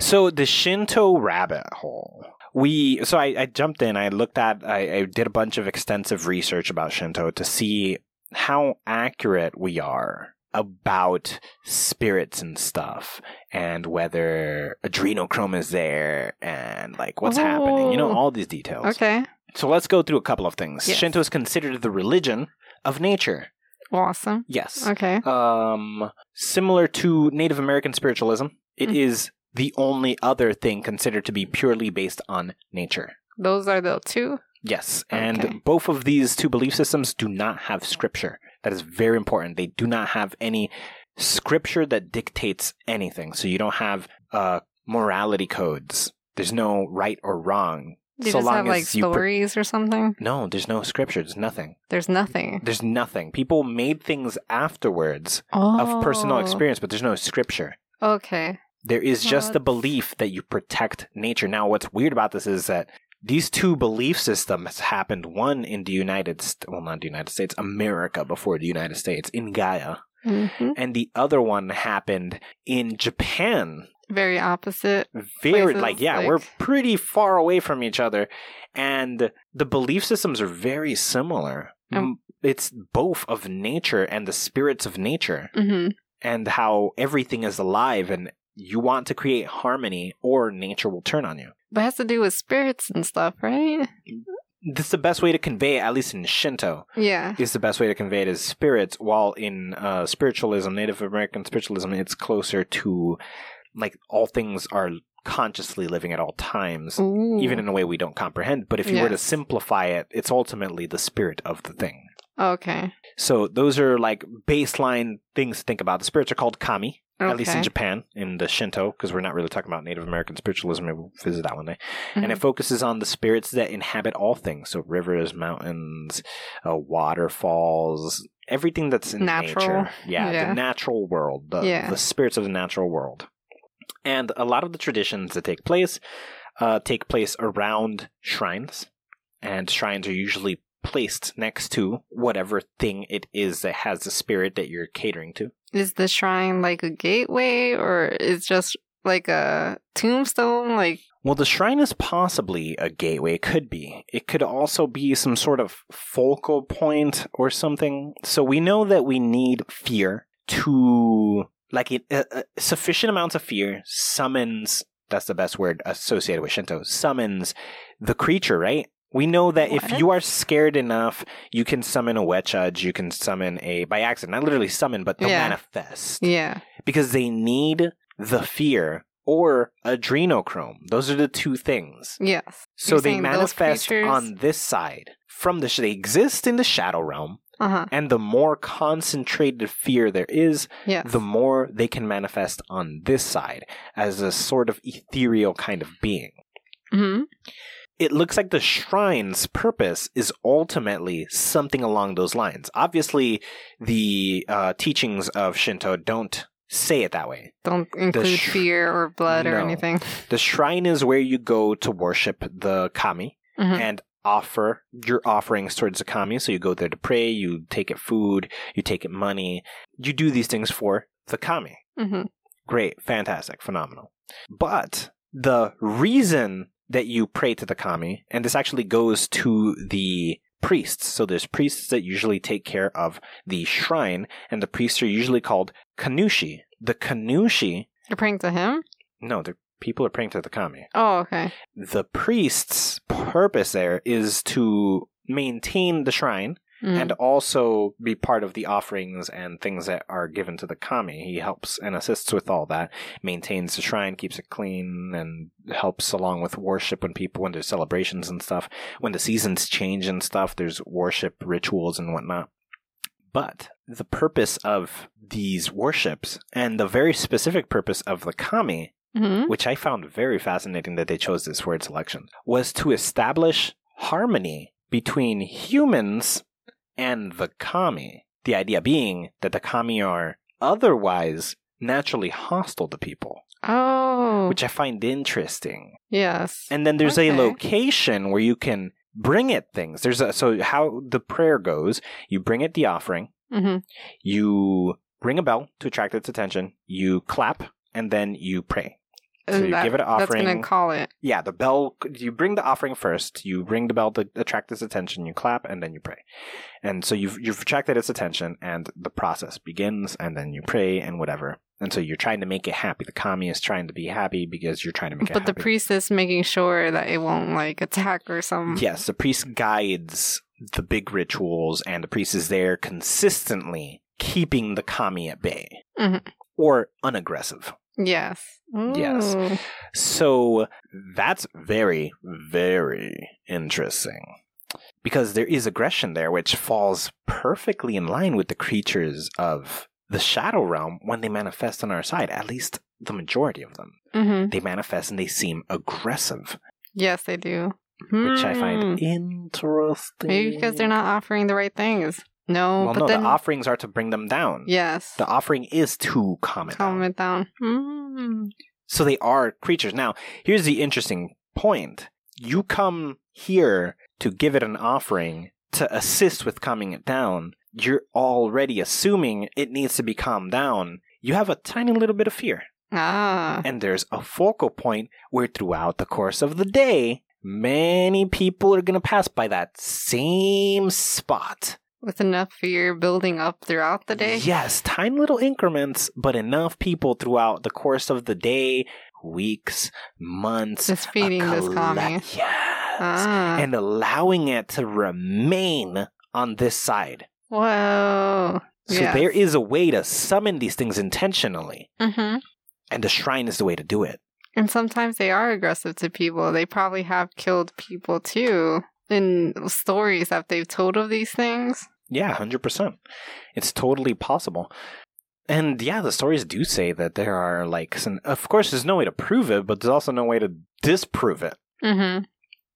B: So the Shinto rabbit hole. We so I, I jumped in. I looked at. I, I did a bunch of extensive research about Shinto to see how accurate we are about spirits and stuff, and whether adrenochrome is there, and like what's happening. You know
C: Oh.
B: all these details.
C: Okay.
B: So let's go through a couple of things.
C: Yes.
B: Shinto is considered the religion of nature.
C: Awesome.
B: Yes
C: Okay.
B: um, similar to Native American spiritualism, it is
C: Mhm.
B: the only other thing considered to be purely based on nature.
C: Those are the two.
B: Yes, and
C: Okay.
B: both of these two belief systems do not have scripture. That is very important. They do not have any scripture that dictates anything. So you don't have uh, morality codes. There's no right or wrong.
C: They
B: so
C: just
B: long
C: have
B: as
C: like
B: you. per-
C: stories or something.
B: no, there's no scripture. There's nothing.
C: There's nothing.
B: There's nothing. People made things afterwards
C: Oh.
B: of personal experience, but there's no scripture.
C: Okay.
B: There is just the
C: That's-
B: belief that you protect nature. Now, what's weird about this is that these two belief systems happened one in the United States, well, not the United States, America before the United States, in Gaia,
C: hmm
B: and the other one happened in Japan.
C: Very opposite.
B: Very,
C: Places,
B: like, yeah,
C: like-
B: we're pretty far away from each other, and the belief systems are very similar.
C: Um,
B: it's both of nature and the spirits of nature
C: hmm
B: and how everything is alive and you want to create harmony or nature will turn on you.
C: But it has to do with spirits and stuff, right?
B: That's the best way to convey it, at least in Shinto,
C: Yeah.
B: is the best way to convey it is spirits, while in uh, spiritualism, Native American spiritualism, it's closer to like all things are consciously living at all times,
C: Ooh.
B: even in a way we don't comprehend. But if you were to
C: Mm. Yes.
B: simplify it, it's ultimately the spirit of the thing.
C: okay.
B: So those are like baseline things to think about. The spirits are called kami,
C: okay.
B: at least in Japan, in the Shinto, because we're not really talking about Native American spiritualism. Maybe we'll visit that one day. And
C: Mm-hmm.
B: it focuses on the spirits that inhabit all things. So rivers, mountains, uh, waterfalls, everything that's in
C: Natural.
B: nature. Yeah,
C: Yeah.
B: the natural world, the,
C: Yeah.
B: the spirits of the natural world. And a lot of the traditions that take place uh, take place around shrines. And shrines are usually placed next to whatever thing it is that has the spirit that you're catering to.
C: is the shrine like a gateway or is just like a tombstone? Like
B: Well, the shrine is possibly a gateway. It could be. It could also be some sort of focal point or something. So we know that we need fear to, like, it, uh, uh, sufficient amounts of fear summons. That's the best word associated with Shinto. Summons the creature, right? We know that if
A: What?
B: you are scared enough, you can summon a wetchudge. You can summon a by accident, not literally summon, but they'll
C: Yeah.
B: manifest
C: yeah.
B: because they need the fear or adrenochrome. Those are the two things.
C: Yes.
B: So
C: You're
B: they
C: saying those
B: manifest
C: creatures-
B: on this side from the sh- they exist in the shadow realm,
C: Uh-huh.
B: and the more concentrated fear there is,
C: Yes.
B: the more they can manifest on this side as a sort of ethereal kind of being.
A: Mm-hmm.
B: It looks like the shrine's purpose is ultimately something along those lines. Obviously, the uh, teachings of Shinto don't say it that way.
C: Don't include
B: sh-
C: fear or blood or
B: No.
C: anything.
B: The shrine is where you go to worship the kami
C: Mhm.
B: and offer your offerings towards the kami. So you go there to pray, you take it food, you take it money, you do these things for the kami.
C: hmm
B: Great, fantastic, phenomenal. But the reason that you pray to the kami, and this actually goes to the priests. So there's priests that usually take care of the shrine, and the priests are usually called kanushi. The kanushi,
C: You're praying to him?
B: no, the people are praying to the kami
C: Oh, okay.
B: the priest's purpose there is to maintain the shrine
C: Mm.
B: and also be part of the offerings and things that are given to the kami. He helps and assists with all that, maintains the shrine, keeps it clean, and helps along with worship when people, when there's celebrations and stuff, when the seasons change and stuff, there's worship rituals and whatnot. But the purpose of these worships and the very specific purpose of the kami
C: Mhm.
B: which I found very fascinating that they chose this word selection, was to establish harmony between humans and the kami. The idea being that the kami are otherwise naturally hostile to people,
C: Oh.
B: which I find interesting.
C: yes.
B: And then there's a
C: Okay.
B: location where you can bring it things. There's a, so how the prayer goes, you bring it the offering,
C: Mhm.
B: you ring a bell to attract its attention, you clap, and then you pray. So
C: And
B: you give it an
C: That's going
B: offering.
C: to call it.
B: Yeah, the bell. You bring the offering first. You ring the bell to attract its attention. You clap, and then you pray. And so you've you've attracted its attention, and the process begins. And then you pray and whatever. And so you're trying to make it happy. The kami is trying to be happy because you're trying to make it
C: But the
B: happy.
C: priest is making sure that it won't like attack or something.
B: yes, the priest guides the big rituals, and the priest is there consistently keeping the kami at bay
C: Mhm.
B: or unaggressive.
C: Yes.
B: Yes.
C: Ooh.
B: So that's very, very interesting. Because there is aggression there, which falls perfectly in line with the creatures of the shadow realm when they manifest on our side, at least the majority of them.
C: hmm
B: They manifest and they seem aggressive,
C: Yes, they do.
B: which I
C: Hmm.
B: find interesting.
C: Maybe because they're not offering the right things. No,
B: Well,
C: but
B: no,
C: then
B: the offerings are to bring them down.
C: yes,
B: The offering is to calm it down.
C: calm it down. Mm.
B: So they are creatures. Now, here's the interesting point. You come here to give it an offering to assist with calming it down. You're already assuming it needs to be calmed down. You have a tiny little bit of fear.
C: Ah,
B: And there's a focal point where, throughout the course of the day, many people are going to pass by that same spot.
C: with enough fear building up throughout the day.
B: Yes, tiny little increments, but enough people throughout the course of the day, weeks, months.
C: Just feeding
B: a
C: this
B: colle-
C: commie.
B: Yes.
C: Ah,
B: And allowing it to remain on this side.
C: whoa.
B: So
C: Yes.
B: there is a way to summon these things intentionally,
C: Mhm.
B: and the shrine is the way to do it.
C: And sometimes they are aggressive to people. They probably have killed people too in stories that they've told of these things.
B: Yeah, 100%. It's totally possible. And yeah, the stories do say that there are like, some, of course, there's no way to prove it, but there's also no way to disprove it.
C: Mm-hmm.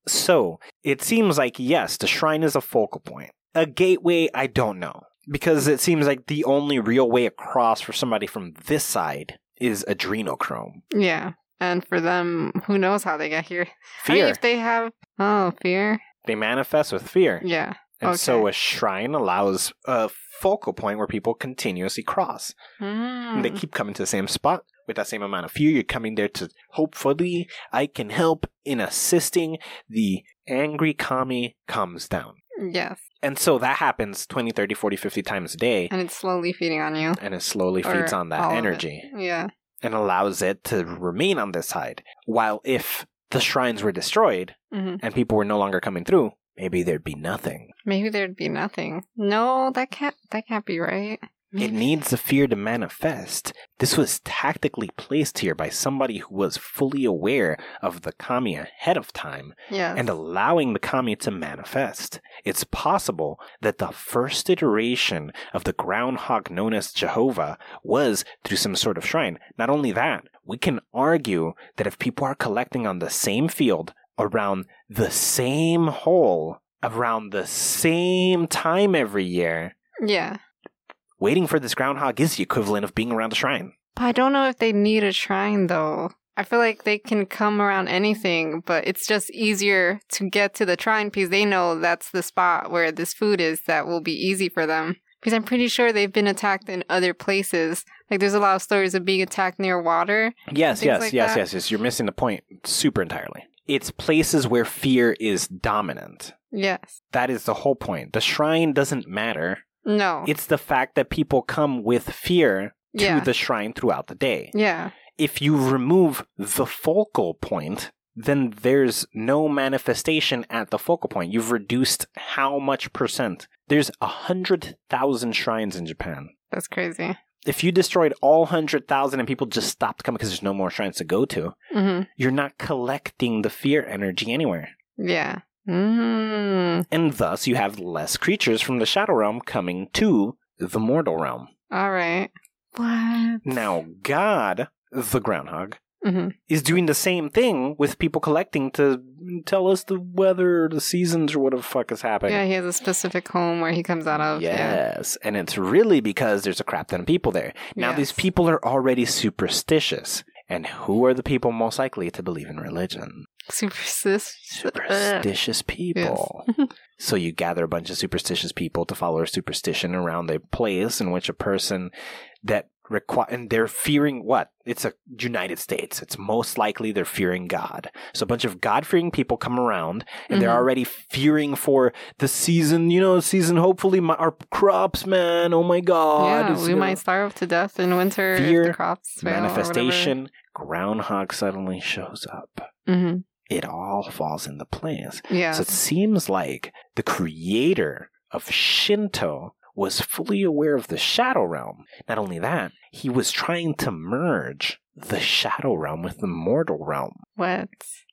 B: So it seems like, yes, the shrine is a focal point. A gateway, I don't know. Because it seems like the only real way across for somebody from this side is adrenochrome.
C: Yeah. And for them, who knows how they got here? I
B: Fear.
C: mean, if they have, oh, fear.
B: they manifest with fear.
C: Yeah.
B: And so
C: Mm, okay.
B: a shrine allows a focal point where people continuously cross. And
C: Mm.
B: they keep coming to the same spot with that same amount of fear. You're coming there to hopefully I can help in assisting the angry kami comes down.
C: yes.
B: And so that happens 20, 30, 40, 50 times a day.
C: And it's slowly feeding on you.
B: And it slowly
C: Or
B: feeds on
C: all
B: that
C: of it.
B: energy
C: Yeah.
B: and allows it to remain on this side. While if the shrines were destroyed
C: hmm
B: and people were no longer coming through, maybe there'd be nothing.
C: Maybe there'd be nothing. No, that can't. That can't be right.
B: It
C: Maybe-
B: needs the fear to manifest. This was tactically placed here by somebody who was fully aware of the kami ahead of time
C: Yes.
B: and allowing the kami to manifest. It's possible that the first iteration of the groundhog known as Jehovah was through some sort of shrine. Not only that, we can argue that if people are collecting on the same field around the same hole around the same time every year,
C: yeah.
B: Waiting for this groundhog is the equivalent of being around the shrine.
C: But I don't know if they need a shrine though. I feel like they can come around anything, but it's just easier to get to the shrine because they know that's the spot where this food is that will be easy for them. Because I'm pretty sure they've been attacked in other places. Like there's a lot of stories of being attacked near water.
B: Yes,
C: Things
B: yes,
C: like
B: yes,
C: that.
B: yes, yes. You're missing the point super entirely. It's places where fear is dominant.
C: Yes.
B: That is the whole point. The shrine doesn't matter.
C: No.
B: It's the fact that people come with fear to
C: yeah.
B: the shrine throughout the day.
C: yeah.
B: If you remove the focal point, then there's no manifestation at the focal point. You've reduced how much percent? There's a hundred thousand shrines in Japan.
C: That's crazy.
B: if you destroyed all 100,000 and people just stopped coming because there's no more shrines to go to,
C: hmm
B: you're not collecting the fear energy anywhere.
C: Yeah. Mm.
B: And thus, you have less creatures from the Shadow Realm coming to the Mortal Realm.
C: All right. What?
B: Now, God, the Groundhog,
C: hmm
B: is doing the same thing with people collecting to tell us the weather, the seasons, or whatever the fuck is happening.
C: Yeah, he has a specific home where he comes out of. Yeah.
B: Yes, and it's really because there's a crap ton of people there. Now, these
C: Yes.
B: people are already superstitious. And who are the people most likely to believe in religion?
C: Superstitious.
B: Superstitious people. so you gather a bunch of superstitious people to follow a superstition around a place in which a person that require and they're fearing what? It's a United States. It's most likely they're fearing God. So a bunch of God-fearing people come around and they're
C: Mhm.
B: already fearing for the season, you know, season hopefully my, our crops, man. Oh my god.
C: yeah,
B: It's,
C: we
B: you know,
C: might starve to death in winter if
B: fear,
C: the crops fail.
B: manifestation groundhog suddenly shows up.
C: hmm
B: It all falls into place.
C: Yeah.
B: So it seems like the creator of Shinto was fully aware of the Shadow Realm. Not only that, he was trying to merge the Shadow Realm with the Mortal Realm
C: what?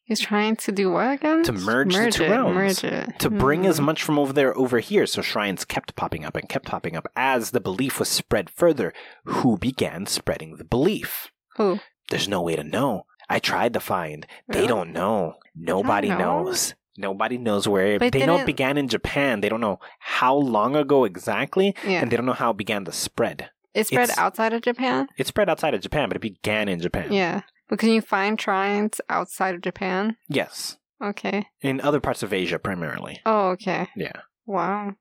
C: He's trying to do what again?
B: To merge the
C: merge
B: two
C: it,
B: realms.
C: Merge it.
B: to bring as
C: Mm.
B: much from over there over here. So shrines kept popping up and kept popping up as the belief was spread further. Who began spreading the belief?
C: Mm-hmm. Who?
B: There's no way to know. I tried to find. They
C: Really?
B: don't know. Nobody
C: know.
B: knows. Nobody knows where
C: But
B: they know it
C: didn't-
B: began in Japan. They don't know how long ago exactly,
C: Yeah.
B: and they don't know how it began to spread.
C: It spread
B: it's-
C: outside of Japan?
B: It spread outside of Japan, but it began in Japan.
C: Yeah. But can you find shrines outside of Japan?
B: Yes,
C: Okay.
B: in other parts of Asia primarily.
C: Oh, okay.
B: Yeah.
C: Wow.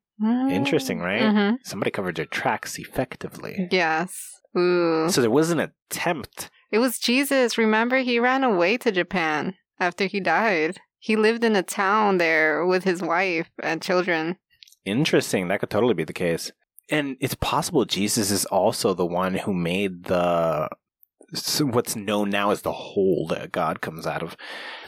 B: Interesting, right?
C: Mm-hmm.
B: Somebody covered their tracks effectively.
C: Yes. Ooh.
B: So there was an attempt.
C: It was Jesus. Remember, he ran away to Japan after he died. He lived in a town there with his wife and children.
B: Interesting. That could totally be the case. And it's possible Jesus is also the one who made the so what's known now as the hole that God comes out of.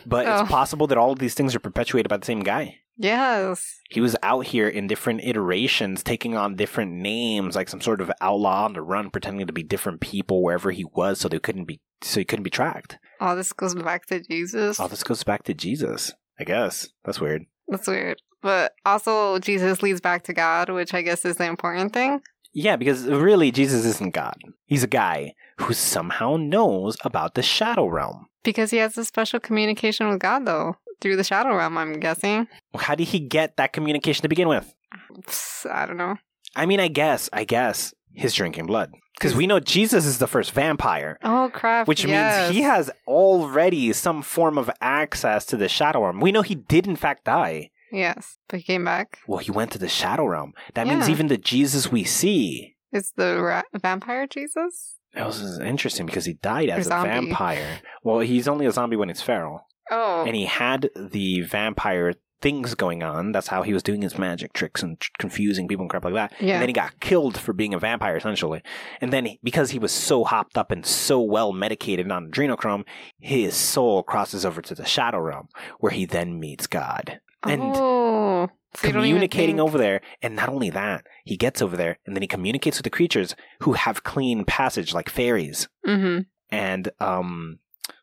B: But
C: Oh.
B: it's possible that all of these things are perpetuated by the same guy.
C: Yes.
B: He was out here in different iterations, taking on different names, like some sort of outlaw on the run, pretending to be different people wherever he was, so they couldn't be so you couldn't be tracked.
C: All this goes back to Jesus.
B: All this goes back to Jesus, I guess. That's weird.
C: That's weird. But also, Jesus leads back to God, which I guess is the important thing.
B: Yeah, because really, Jesus isn't God. He's a guy who somehow knows about the shadow realm.
C: Because he has a special communication with God, though, through the shadow realm, I'm guessing.
B: Well, How did he get that communication to begin with?
C: Pss, I don't know.
B: I mean, I guess, I guess, his drinking blood. Because we know Jesus is the first vampire,
C: Oh, crap.
B: which
C: yes.
B: means he has already some form of access to the shadow realm. We know he did, in fact, die.
C: Yes, but he came back.
B: Well, he went to the shadow realm. That means
C: Yeah.
B: even the Jesus we see.
C: It's the ra- vampire Jesus?
B: That was interesting because he died as a
C: zombie.
B: vampire. Well, he's only a zombie when he's feral.
C: Oh.
B: And he had the vampire things going on. That's how he was doing his magic tricks and tr- confusing people and crap like that.
C: Yeah.
B: And then he got killed for being a vampire, essentially. And then he- because he was so hopped up and so well medicated on adrenochrome, his soul crosses over to the shadow realm where he then meets God. And
C: oh. So you don't even
B: communicating
C: think-
B: over there. And not only that, he gets over there and then he communicates with the creatures who have clean passage like fairies
C: Mhm.
B: and um,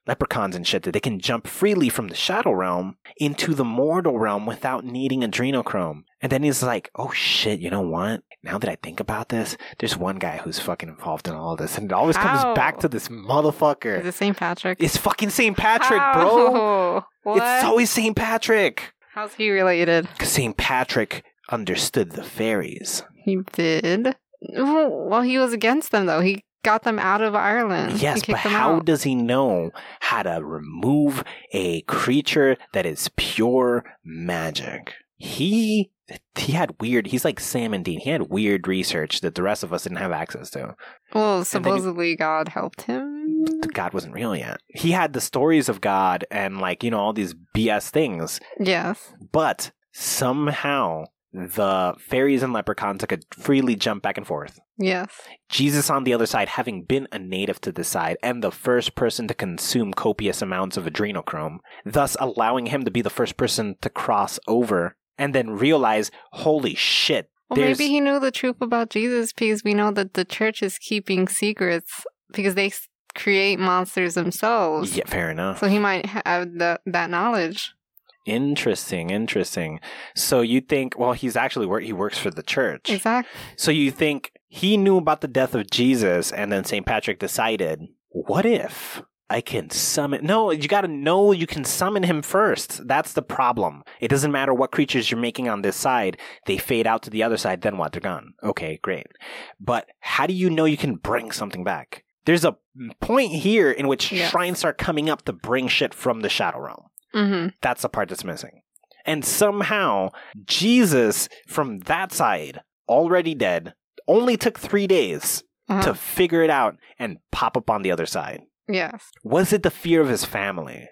B: leprechauns and shit that they can jump freely from the shadow realm into the mortal realm without needing adrenochrome. And then he's like, oh shit, you know what? Now that I think about this, there's one guy who's fucking involved in all this. And it always
C: How?
B: comes back to this
C: Is
B: motherfucker.
C: it St. Patrick? Oh,
B: It's fucking St. Patrick, bro.
C: What?
B: It's e- always St. Patrick.
C: How's he related?
B: Because St. Patrick understood the fairies.
C: He did. Well, he was against them, though. He got them out of Ireland.
B: Yes,
C: he
B: but
C: kicked them
B: how
C: out.
B: does he know how to remove a creature that is pure magic? He he had weird. He's like Sam and Dean. He had weird research that the rest of us didn't have access to.
C: Mm-hmm. Well, supposedly God helped him.
B: God wasn't real yet. He had the stories of God and like you know all these BS things,
C: Yes.
B: but somehow the fairies and leprechauns could freely jump back and forth.
C: Yes.
B: Jesus on the other side, having been a native to this side and the first person to consume copious amounts of adrenochrome, thus allowing him to be the first person to cross over and then realize, holy shit,
C: Well,
B: there's.
C: maybe he knew the truth about Jesus because we know that the church is keeping secrets because they s- create monsters themselves.
B: yeah, fair enough.
C: So he might have the, that knowledge.
B: Interesting, interesting. So you think, well, he's actually where he works for the church.
C: Exactly.
B: So you think he knew about the death of Jesus, and then St. Patrick decided, what if I can summon? No, you got to know you can summon him first. That's the problem. It doesn't matter what creatures you're making on this side, they fade out to the other side, then what? They're gone. Okay, great. But how do you know you can bring something back? There's a point here in which
C: Yeah.
B: shrines are coming up to bring shit from the Shadow Realm.
C: hmm
B: That's the part that's missing. And somehow, Jesus from that side, already dead, only took three days to figure it out and pop up on the other side.
C: Yes.
B: Was it the fear of his family?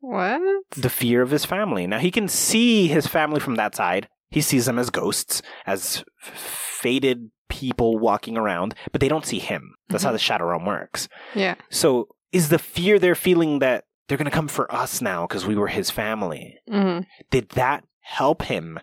C: What?
B: The fear of his family. Now, he can see his family from that side. He sees them as ghosts, as f- faded people walking around, but they don't see him. That's how
C: Mhm.
B: the Shadow Realm works.
C: Yeah.
B: So, is the fear they're feeling that they're going to come for us now because we were his family?
C: hmm
B: did that help him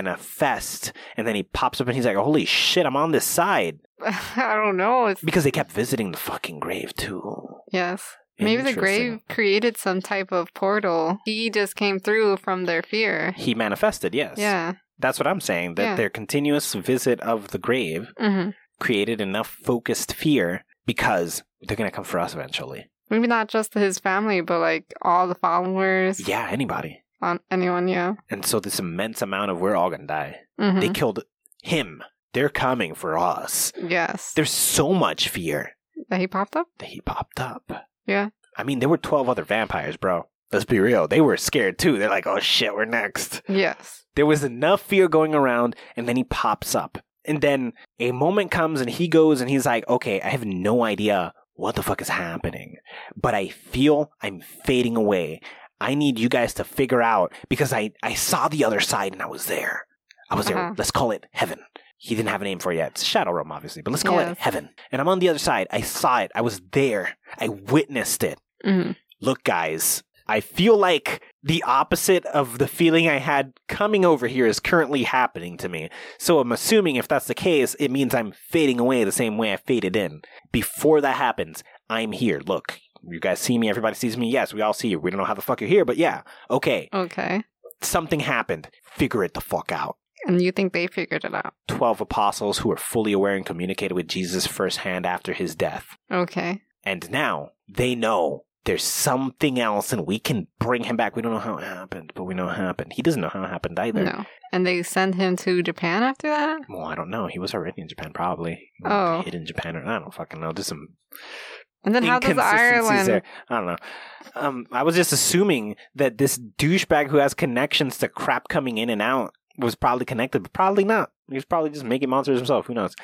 B: manifest? And then he pops up and he's like, holy shit, I'm on this side.
C: I don't know. It's,
B: Because they kept visiting the fucking grave too.
C: yes. Maybe the
B: Interesting.
C: grave created some type of portal. He just came through from their fear.
B: He manifested, yes.
C: Yeah.
B: That's what I'm saying. That
C: Yeah.
B: their continuous visit of the grave
C: hmm
B: created enough focused fear because they're going to come for us eventually.
C: Maybe not just his family, but like all the followers.
B: Yeah, anybody.
C: On anyone. Yeah.
B: And so this immense amount of we're all going to die.
C: hmm
B: They killed him. They're coming for us.
C: yes.
B: There's so much fear.
C: That he popped up.
B: that he popped up.
C: Yeah.
B: I mean, there were 12 other vampires, bro. Let's be real. They were scared too. They're like, oh shit, we're next.
C: Yes.
B: There was enough fear going around, and then he pops up. And then a moment comes and he goes and he's like, okay, I have no idea what the fuck is happening, but I feel I'm fading away. I need you guys to figure out because I, I saw the other side and I was there. I was there.
C: Uh-huh.
B: Let's call it heaven. He didn't have a name for it yet. It's Shadow Realm, obviously, but let's call
C: Yes.
B: it heaven. And I'm on the other side. I saw it. I was there. I witnessed it
C: hmm
B: look guys i feel like the opposite of the feeling i had coming over here is currently happening to me so i'm assuming if that's the case it means i'm fading away the same way i faded in before that happens i'm here look You guys see me. Everybody sees me. Yes, we all see you. We don't know how the fuck you're here, but yeah. Okay.
C: Okay.
B: Something happened. Figure it the fuck out.
C: And you think they figured it out.
B: 12 apostles who were fully aware and communicated with Jesus firsthand after his death.
C: Okay.
B: And now they know there's something else and we can bring him back. We don't know how it happened, but we know it happened. He doesn't know how it happened either.
C: No. And they send him to Japan after that?
B: Well, I don't know. He was already in Japan, probably.
C: Oh.
B: Hidden in Japan, or I don't fucking know. There's some
C: And then how does
B: inconsistencies
C: Ireland
B: there. I don't know. Um, I was just assuming that this douchebag who has connections to crap coming in and out was probably connected, but probably not. He was probably just making monsters himself. Who knows?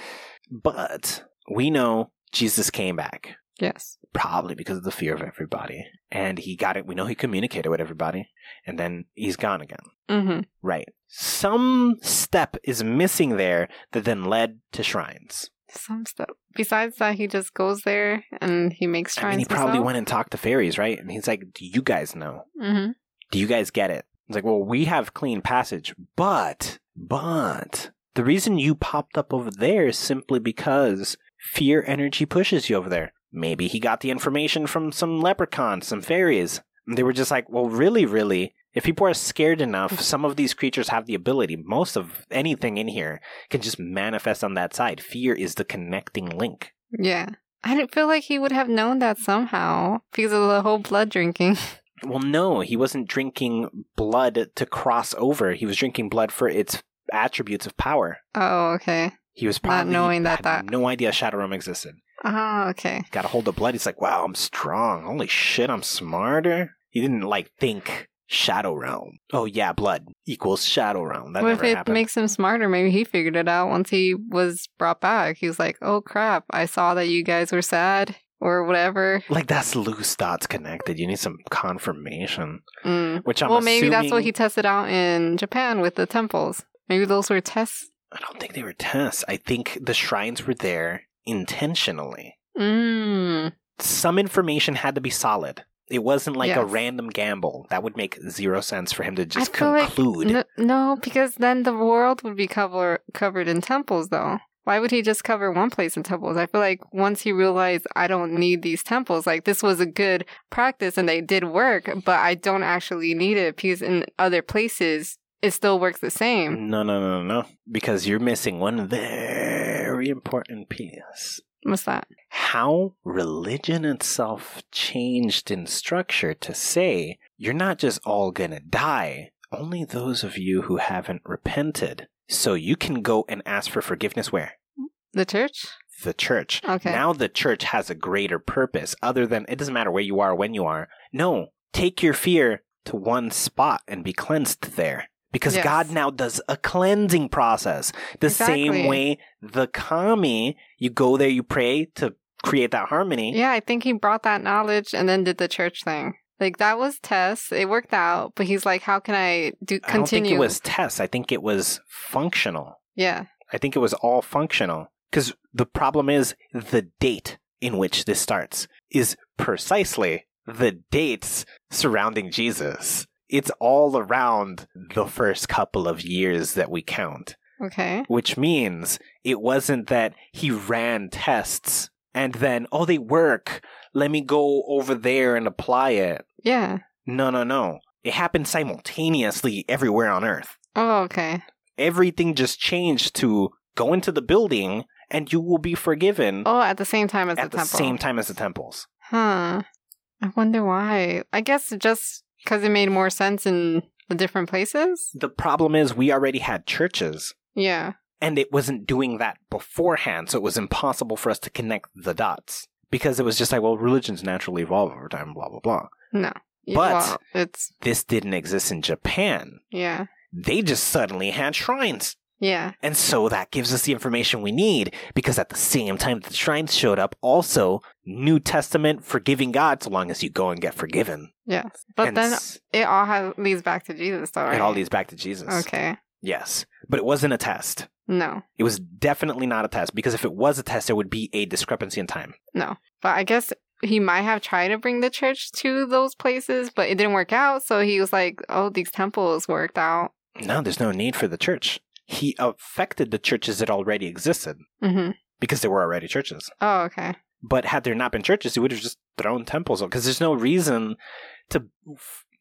B: But we know Jesus came back,
C: Yes.
B: probably because of the fear of everybody, and he got it. We know he communicated with everybody, and then he's gone again.
C: Mm-hmm.
B: Right. Some step is missing there that then led to shrines.
C: Some stuff. Besides that he just goes there and he makes
B: I
C: shrines.
B: mean, he probably went and talked to fairies, right? And he's like, "Do you guys know?"
C: hmm
B: do you guys get it? It's like, well, we have clean passage, but, but the reason you popped up over there is simply because fear energy pushes you over there. Maybe he got the information from some leprechauns, some fairies. And they were just like, well, really, really, if people are scared enough, some of these creatures have the ability, most of anything in here can just manifest on that side. Fear is the connecting link.
C: Yeah. I didn't feel like he would have known that somehow because of the whole blood drinking.
B: Well, no, he wasn't drinking blood to cross over. He was drinking blood for its attributes of power.
C: Oh, okay.
B: He was
C: Not
B: probably
C: knowing
B: had
C: that that-
B: no idea Shadow Realm existed.
C: Ah, okay.
B: Got a hold of blood. He's like, wow, I'm strong. Holy shit, I'm smarter. He didn't like think Shadow Realm. Oh yeah, blood equals Shadow Realm. That
C: well, if
B: never
C: it
B: happened.
C: makes him smarter, maybe he figured it out once he was brought back. He was like, "Oh crap! I saw that you guys were sad or whatever."
B: like that's loose dots connected. You need some confirmation,
C: Mm.
B: which I'm
C: Well, maybe that's what
B: assuming-
C: he tested out in Japan with the temples. Maybe those were tests.
B: I don't think they were tests. I think the shrines were there intentionally.
C: Mm.
B: some information had to be solid. It wasn't like a
C: Yes.
B: random gamble. That would make zero sense for him to just
C: feel like
B: conclude.
C: No, no, because then the world would be cover- covered in temples, though. Why would he just cover one place in temples? I feel like once he realized I don't need these temples, like this was a good practice and they did work, but I don't actually need it because in other places it still works the same.
B: no, no, no, no. Because you're missing one very important piece.
C: What's that?
B: How religion itself changed in structure to say, you're not just all gonna die, only those of you who haven't repented. So you can go and ask for forgiveness where?
C: The church?
B: the church.
C: Okay.
B: Now the church has a greater purpose other than it doesn't matter where you are, when you are. No, take your fear to one spot and be cleansed there. Because
C: Yes.
B: God now does a cleansing process. The
C: Exactly.
B: same way the kami, you go there, you pray to create that harmony.
C: Yeah, I think he brought that knowledge and then did the church thing. Like that was tests. It worked out, but he's like, how can I do
B: I don't think
C: continue?
B: it was tests. I think it was functional.
C: yeah.
B: I think it was all functional. Because the problem is the date in which this starts is precisely the dates surrounding Jesus. It's all around the first couple of years that we count,
C: Okay.
B: which means it wasn't that he ran tests and then, oh, they work. Let me go over there and apply it.
C: Yeah.
B: No, no, no. It happened simultaneously everywhere on earth
C: Oh, okay.
B: everything just changed to go into the building and you will be forgiven
C: Oh, at the same time as
B: at the,
C: the temple.
B: same time as the temples.
C: Huh. I wonder why. I guess just because it made more sense in the different places.
B: The problem is we already had churches
C: Yeah.
B: and it wasn't doing that beforehand, so it was impossible for us to connect the dots because it was just like, well, religions naturally evolve over time, blah blah blah.
C: No. Yeah,
B: But-
C: well, it's
B: This didn't exist in Japan.
C: yeah,
B: They just suddenly had shrines.
C: yeah,
B: And so that gives us the information we need because at the same time that the shrines showed up, also New Testament forgiving God so long as you go and get forgiven.
C: yes. But
B: And
C: then
B: s-
C: it all has, leads back to Jesus, though. Right?
B: it all leads back to Jesus.
C: Okay.
B: Yes. But it wasn't a test.
C: No,
B: It was definitely not a test because if it was a test, there would be a discrepancy in time.
C: but I guess he might have tried to bring the church to those places, but it didn't work out. So he was like, "Oh, these temples worked out."
B: No, there's no need for the church. He affected the churches that already existed
C: Mm-hmm.
B: because there were already churches.
C: Oh, okay.
B: But had there not been churches, he would have just thrown temples because there's no reason to.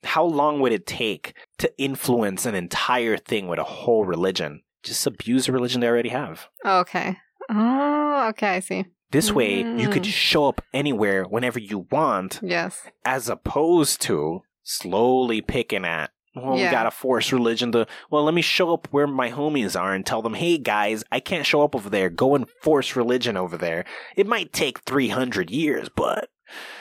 B: How long would it take to influence an entire thing with a whole religion? Just abuse the religion they already have.
C: Okay. Oh, okay. I see.
B: This way, you
C: Mm.
B: could show up anywhere whenever you want,
C: Yes.
B: as opposed to slowly picking at. Well, we
C: Yeah.
B: gotta force religion to. Well, let me show up where my homies are and tell them, "Hey guys, I can't show up over there. Go and force religion over there. It might take three hundred years, but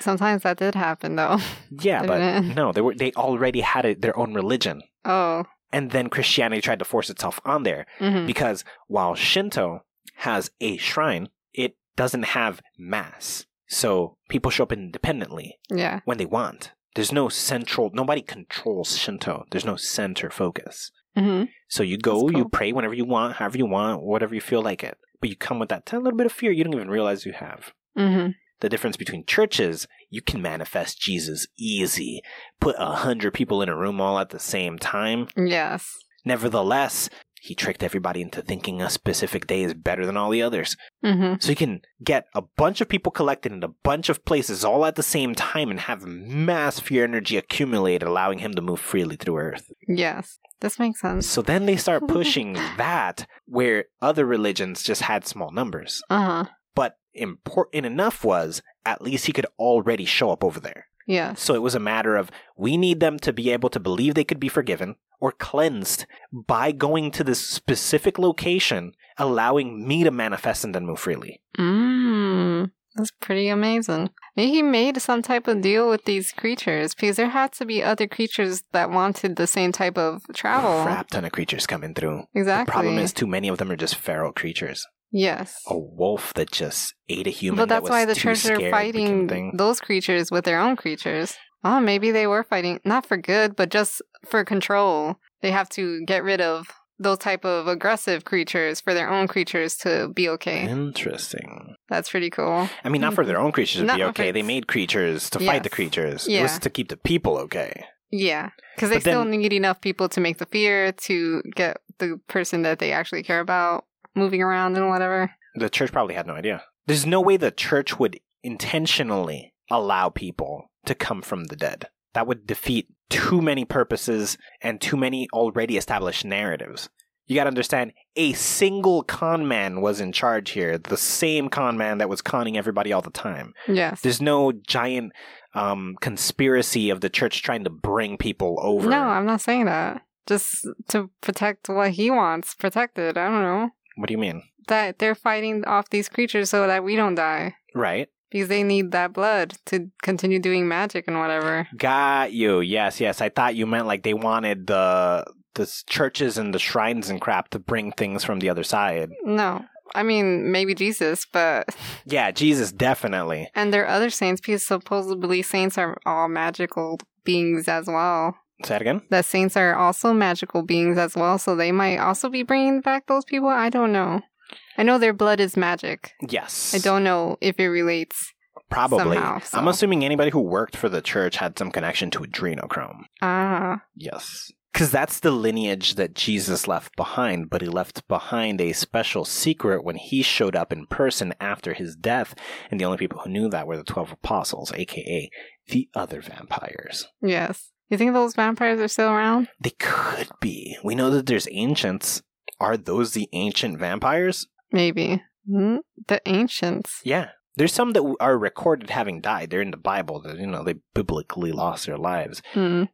C: Sometimes that did happen, though.
B: yeah, but
C: Didn't it?
B: no, they were they already had it, their own religion,
C: Oh.
B: and then Christianity tried to force itself on there
C: hmm
B: because while Shinto has a shrine, it doesn't have mass, so people show up independently.
C: Yeah.
B: when they want. There's no central, nobody controls Shinto. There's no center focus.
C: hmm
B: So you go,
C: That's
B: you
C: cool.
B: pray whenever you want, however you want, whatever you feel like it. But you come with that tiny little bit of fear you don't even realize you have.
C: hmm
B: The difference between churches, you can manifest Jesus easy. Put a hundred people in a room all at the same time.
C: Yes.
B: Nevertheless, he tricked everybody into thinking a specific day is better than all the others.
C: hmm
B: So you can get a bunch of people collected in a bunch of places all at the same time and have mass fear energy accumulate, allowing him to move freely through Earth.
C: Yes. This makes sense.
B: So then they start pushing that where other religions just had small numbers.
C: Uh huh.
B: But important enough was at least he could already show up over there.
C: Yes.
B: So it was a matter of we need them to be able to believe they could be forgiven or cleansed by going to this specific location, allowing me to manifest and then move freely.
C: Mm. That's pretty amazing. Maybe he made some type of deal with these creatures because there had to be other creatures that wanted the same type of travel.
B: A crap ton of creatures coming through.
C: Exactly.
B: The problem is, too many of them are just feral creatures.
C: yes.
B: A wolf that just ate a human.
C: But
B: that
C: that's
B: was
C: why the
B: too
C: church
B: scared
C: are
B: became a
C: fighting
B: Thing.
C: those creatures with their own creatures. Oh, maybe they were fighting not for good, but just for control. They have to get rid of those type of aggressive creatures for their own creatures to be okay.
B: Interesting.
C: That's pretty cool.
B: I mean, not for their own creatures to
C: Mm. Not
B: be
C: for
B: okay. They
C: its-
B: made creatures to fight the
C: Yes.
B: creatures. It
C: Yeah.
B: was to keep the people okay.
C: Yeah, because they
B: But then-
C: still need enough people to make the fear to get the person that they actually care about moving around and whatever.
B: The church probably had no idea. There's no way the church would intentionally allow people to come from the dead. That would defeat too many purposes and too many already established narratives. You got to understand, a single con man was in charge here, the same con man that was conning everybody all the time.
C: Yes.
B: There's no giant um, conspiracy of the church trying to bring people over.
C: No, I'm not saying that. Just to protect what he wants protected. I don't know.
B: what do you mean?
C: that they're fighting off these creatures so that we don't die
B: Right?
C: because they need that blood to continue doing magic and whatever.
B: Got you. Yes, yes. I thought you meant like they wanted the the s- churches and the shrines and crap to bring things from the other side.
C: No. I mean, maybe Jesus, but
B: Yeah, Jesus definitely.
C: and there are other saints because supposedly saints are all magical beings as well.
B: Say that again.
C: That saints are also magical beings as well, so they might also be bringing back those people. I don't know. I know their blood is magic.
B: Yes.
C: I don't know if it relates.
B: probably.
C: somehow, so.
B: I'm assuming anybody who worked for the church had some connection to adrenochrome.
C: Ah,
B: Yes. Because that's the lineage that Jesus left behind, but he left behind a special secret when he showed up in person after his death, and the only people who knew that were the 12 apostles, aka the other vampires.
C: yes. You think those vampires are still around?
B: They could be. We know that there's ancients. Are those the ancient vampires?
C: Maybe. Hmm? The ancients.
B: Yeah. There's some that are recorded having died. They're in the Bible. That you know they biblically lost their lives.
C: Hmm.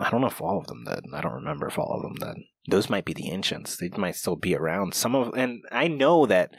B: I don't know if all of them did. I don't remember if all of them did. Those might be the ancients. They might still be around. Some of and I know that.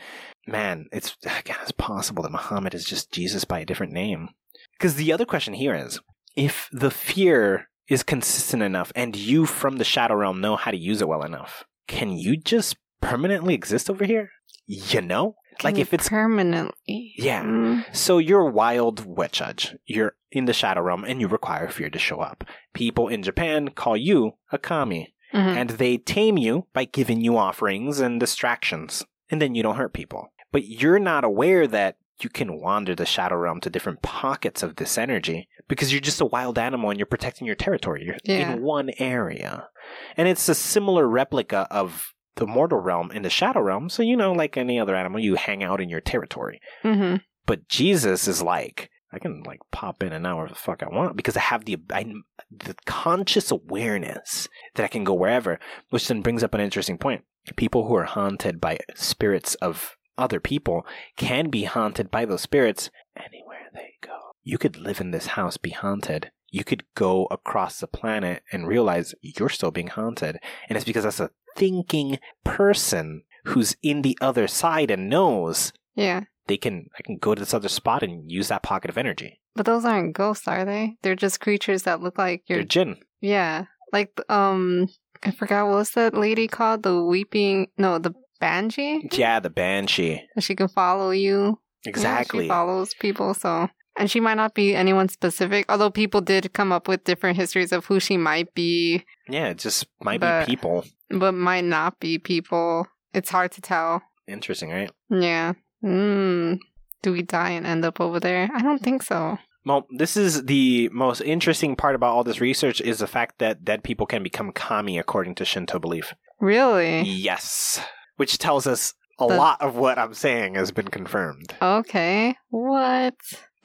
B: Man, it's God, it's possible that Muhammad is just Jesus by a different name. Because the other question here is, if the fear is consistent enough, and you from the shadow realm know how to use it well enough, can you just permanently exist over here? You know. Like,
C: Can
B: if it's-
C: permanently.
B: Yeah.
C: Mm.
B: So you're a wild witch judge. You're in the shadow realm and you require fear to show up. People in Japan call you a kami
C: Mhm.
B: and they tame you by giving you offerings and distractions and then you don't hurt people. But you're not aware that you can wander the shadow realm to different pockets of this energy because you're just a wild animal and you're protecting your territory. You're
C: Yeah.
B: in one area. And it's a similar replica of the mortal realm and the shadow realm. So, you know, like any other animal, you hang out in your territory
C: Mhm.
B: But Jesus is like, I can like pop in an hour if the fuck I want because I have the I, the conscious awareness that I can go wherever, which then brings up an interesting point. People who are haunted by spirits of other people can be haunted by those spirits anywhere they go. You could live in this house, be haunted. You could go across the planet and realize you're still being haunted. And it's because that's a thinking person who's in the other side and knows
C: Yeah.
B: they can I can go to this other spot and use that pocket of energy.
C: But those aren't ghosts, are they? They're just creatures that look like
B: They're
C: your
B: Jin.
C: Yeah. Like um I forgot what was that lady called? The weeping no, the banshee?
B: Yeah, the banshee.
C: She can follow you. Yeah,
B: Exactly.
C: she follows people, so and she might not be anyone specific, although people did come up with different histories of who she might be,
B: yeah, it just might be
C: But-
B: people.
C: but might not be people. It's hard to tell.
B: Interesting, right?
C: Yeah. Mm. Do we die and end up over there? I don't think so.
B: Well, this is the most interesting part about all this research is the fact that dead people can become kami according to Shinto belief.
C: Really?
B: Yes. Which tells us a
C: Eh. The-
B: lot of what I'm saying has been confirmed.
C: Okay. What?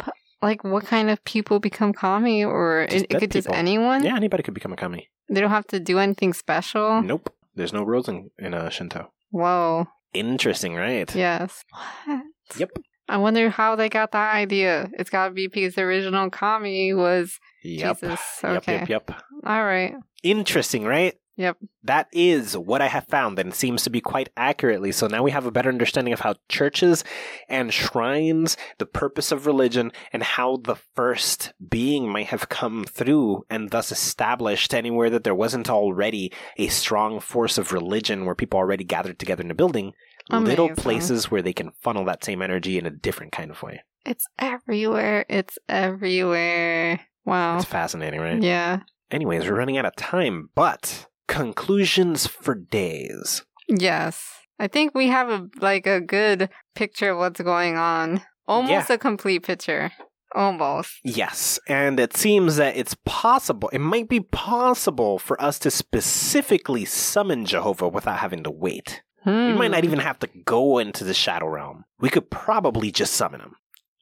C: P- Like, what kind of people become kami, or
B: Just
C: it, it
B: dead
C: could just
B: people.
C: anyone?
B: Yeah, anybody could become a kami.
C: They don't have to do anything special.
B: Nope. There's no rules in, in uh, Shinto.
C: Whoa.
B: Interesting, right?
C: Yes. What?
B: Yep.
C: I wonder how they got that idea. It's got to be because the original kami was
B: Yep.
C: Jesus.
B: Yep,
C: Okay.
B: yep, yep.
C: All right.
B: Interesting, right?
C: Yep.
B: That is what I have found, and it seems to be quite accurately. So now we have a better understanding of how churches and shrines, the purpose of religion, and how the first being might have come through and thus established anywhere that there wasn't already a strong force of religion where people already gathered together in a building, little
C: Amazing.
B: places where they can funnel that same energy in a different kind of way.
C: It's everywhere. It's everywhere. Wow.
B: It's fascinating, right?
C: Oh. Yeah.
B: Anyways, we're running out of time, but conclusions for days.
C: Yes. I think we have a like a good picture of what's going on. Almost a complete picture. Almost.
B: Yes, and it seems that it's possible, it might be possible for us to specifically summon Jehovah without having to wait. We might
C: Hmm.
B: not even have to go into the Shadow Realm. We could probably just summon him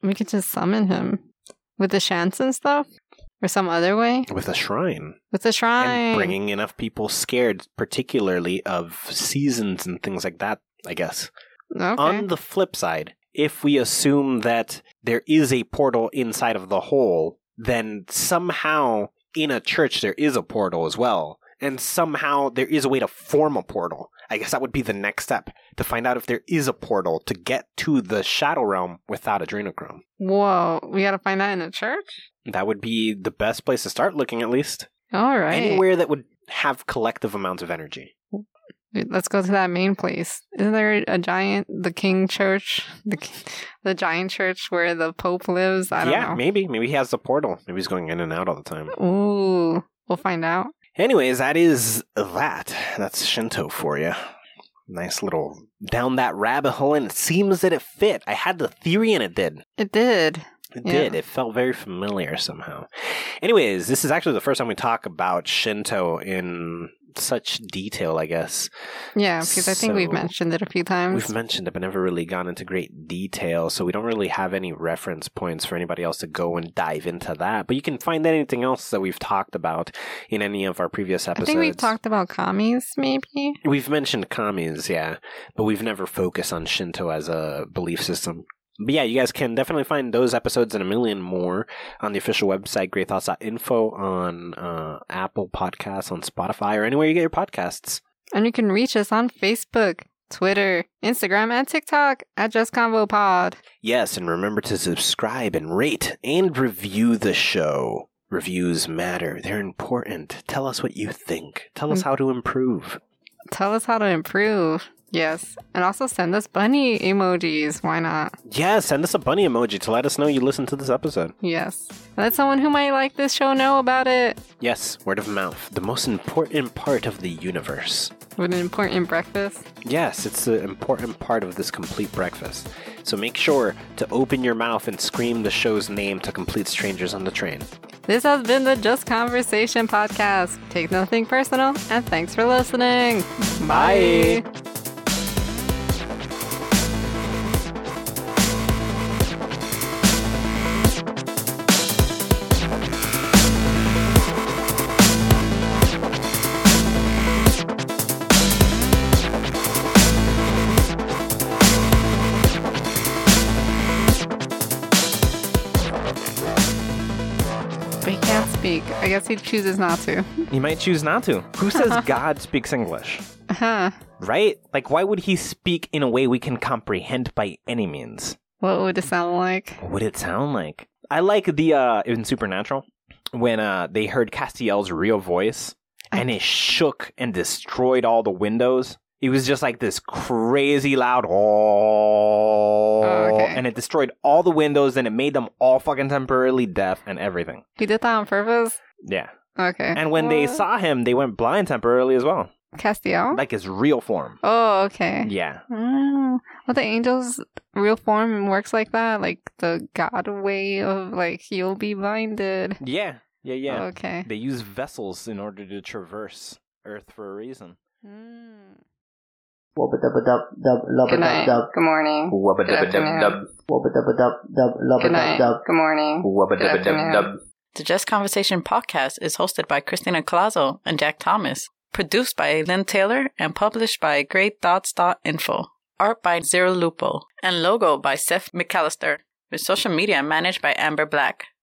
C: We could just summon him with the chants and stuff, or some other way
B: with a shrine.
C: with the shrine.
B: And bringing enough people scared, particularly of seasons and things like that, I guess.
C: okay.
B: On the flip side, if we assume that there is a portal inside of the hole, then somehow in a church there is a portal as well. And somehow there is a way to form a portal. I guess that would be the next step to find out if there is a portal to get to the Shadow Realm without Adrenochrome.
C: Whoa, we gotta find that in a church.
B: That would be the best place to start looking, at least.
C: All right,
B: Anywhere that would have collective amounts of energy.
C: Dude, let's go to that main place. Isn't there a giant, the King Church, the ki- the giant church where the Pope lives? I don't
B: yeah,
C: know. Hmm.
B: maybe. Maybe he has the portal. Maybe he's going in and out all the time.
C: Ooh, we'll find out.
B: Anyways, that is that. That's Shinto for you. Nice little down that rabbit hole, and it seems that it fit. I had the theory, and it did.
C: It did.
B: It
C: Yeah.
B: did. It felt very familiar somehow. Anyways, this is actually the first time we talk about Shinto in such detail, I guess.
C: Yeah, because I think we've
B: So-
C: mentioned it a few times.
B: We've mentioned it, but never really gone into great detail, so we don't really have any reference points for anybody else to go and dive into that. But you can find anything else that we've talked about in any of our previous
C: I
B: episodes.
C: think we've talked about commies, maybe.
B: We've mentioned commies, yeah, but we've never focused on Shinto as a belief system. But yeah, you guys can definitely find those episodes and a million more on the official website, greatthoughts.info, on uh, Apple Podcasts, on Spotify, or anywhere you get your podcasts.
C: And you can reach us on Facebook, Twitter, Instagram, and TikTok at Just Combo Pod.
B: Yes, and remember to subscribe and rate and review the show. Reviews matter, they're important. Tell us what you think, tell us how to improve.
C: Tell us how to improve. Yes. And also send us bunny emojis. Why not?
B: Yeah, send us a bunny emoji to let us know you listened to this episode.
C: Yes. Let someone who might like this show know about it.
B: Yes, word of mouth, the most important part of the universe.
C: With an important breakfast.
B: Yes, it's the important part of this complete breakfast. So make sure to open your mouth and scream the show's name to complete strangers on the train.
C: This has been the Just Conversation podcast. Take nothing personal, and thanks for listening.
B: Bye.
C: speak. I guess he chooses not to.
B: He might choose not to. Who says God speaks English?
C: Huh.
B: Right? Like, why would he speak in a way we can comprehend by any means?
C: What would it sound like?
B: What would it sound like? I like the, uh, in Supernatural, when, uh, they heard Castiel's real voice and it shook and destroyed all the windows. It was just like this crazy loud, oh,
C: okay.
B: and it destroyed all the windows and it made them all fucking temporarily deaf and everything.
C: He did that on purpose?
B: Yeah.
C: Okay.
B: And when they
C: What?
B: saw him, they went blind temporarily as well.
C: Castiel?
B: Like his real form.
C: oh, okay.
B: Yeah.
C: Oh, well, the angel's real form works like that, like the god way of like you'll be blinded.
B: Yeah. Yeah, yeah.
C: Okay.
B: They use vessels in order to traverse Earth for a reason.
C: Mm.
D: Wubba dubba dub dub lubba
C: Good night.
D: dub dub.
C: Good morning.
D: Wubba
C: Good
D: dubba dub dub. Wubba dubba dub dub lubba
C: Good
D: dub
C: night.
D: dub.
C: Good morning.
D: Wubba
C: Good
D: dubba dub dub.
C: afternoon.
A: The Just Conversation podcast is hosted by Christina Colazo and Jack Thomas, produced by Lynn Taylor, and published by GreatThoughts.info. Art by Zero Lupo, and logo by Seth McAllister, with social media managed by Amber Black.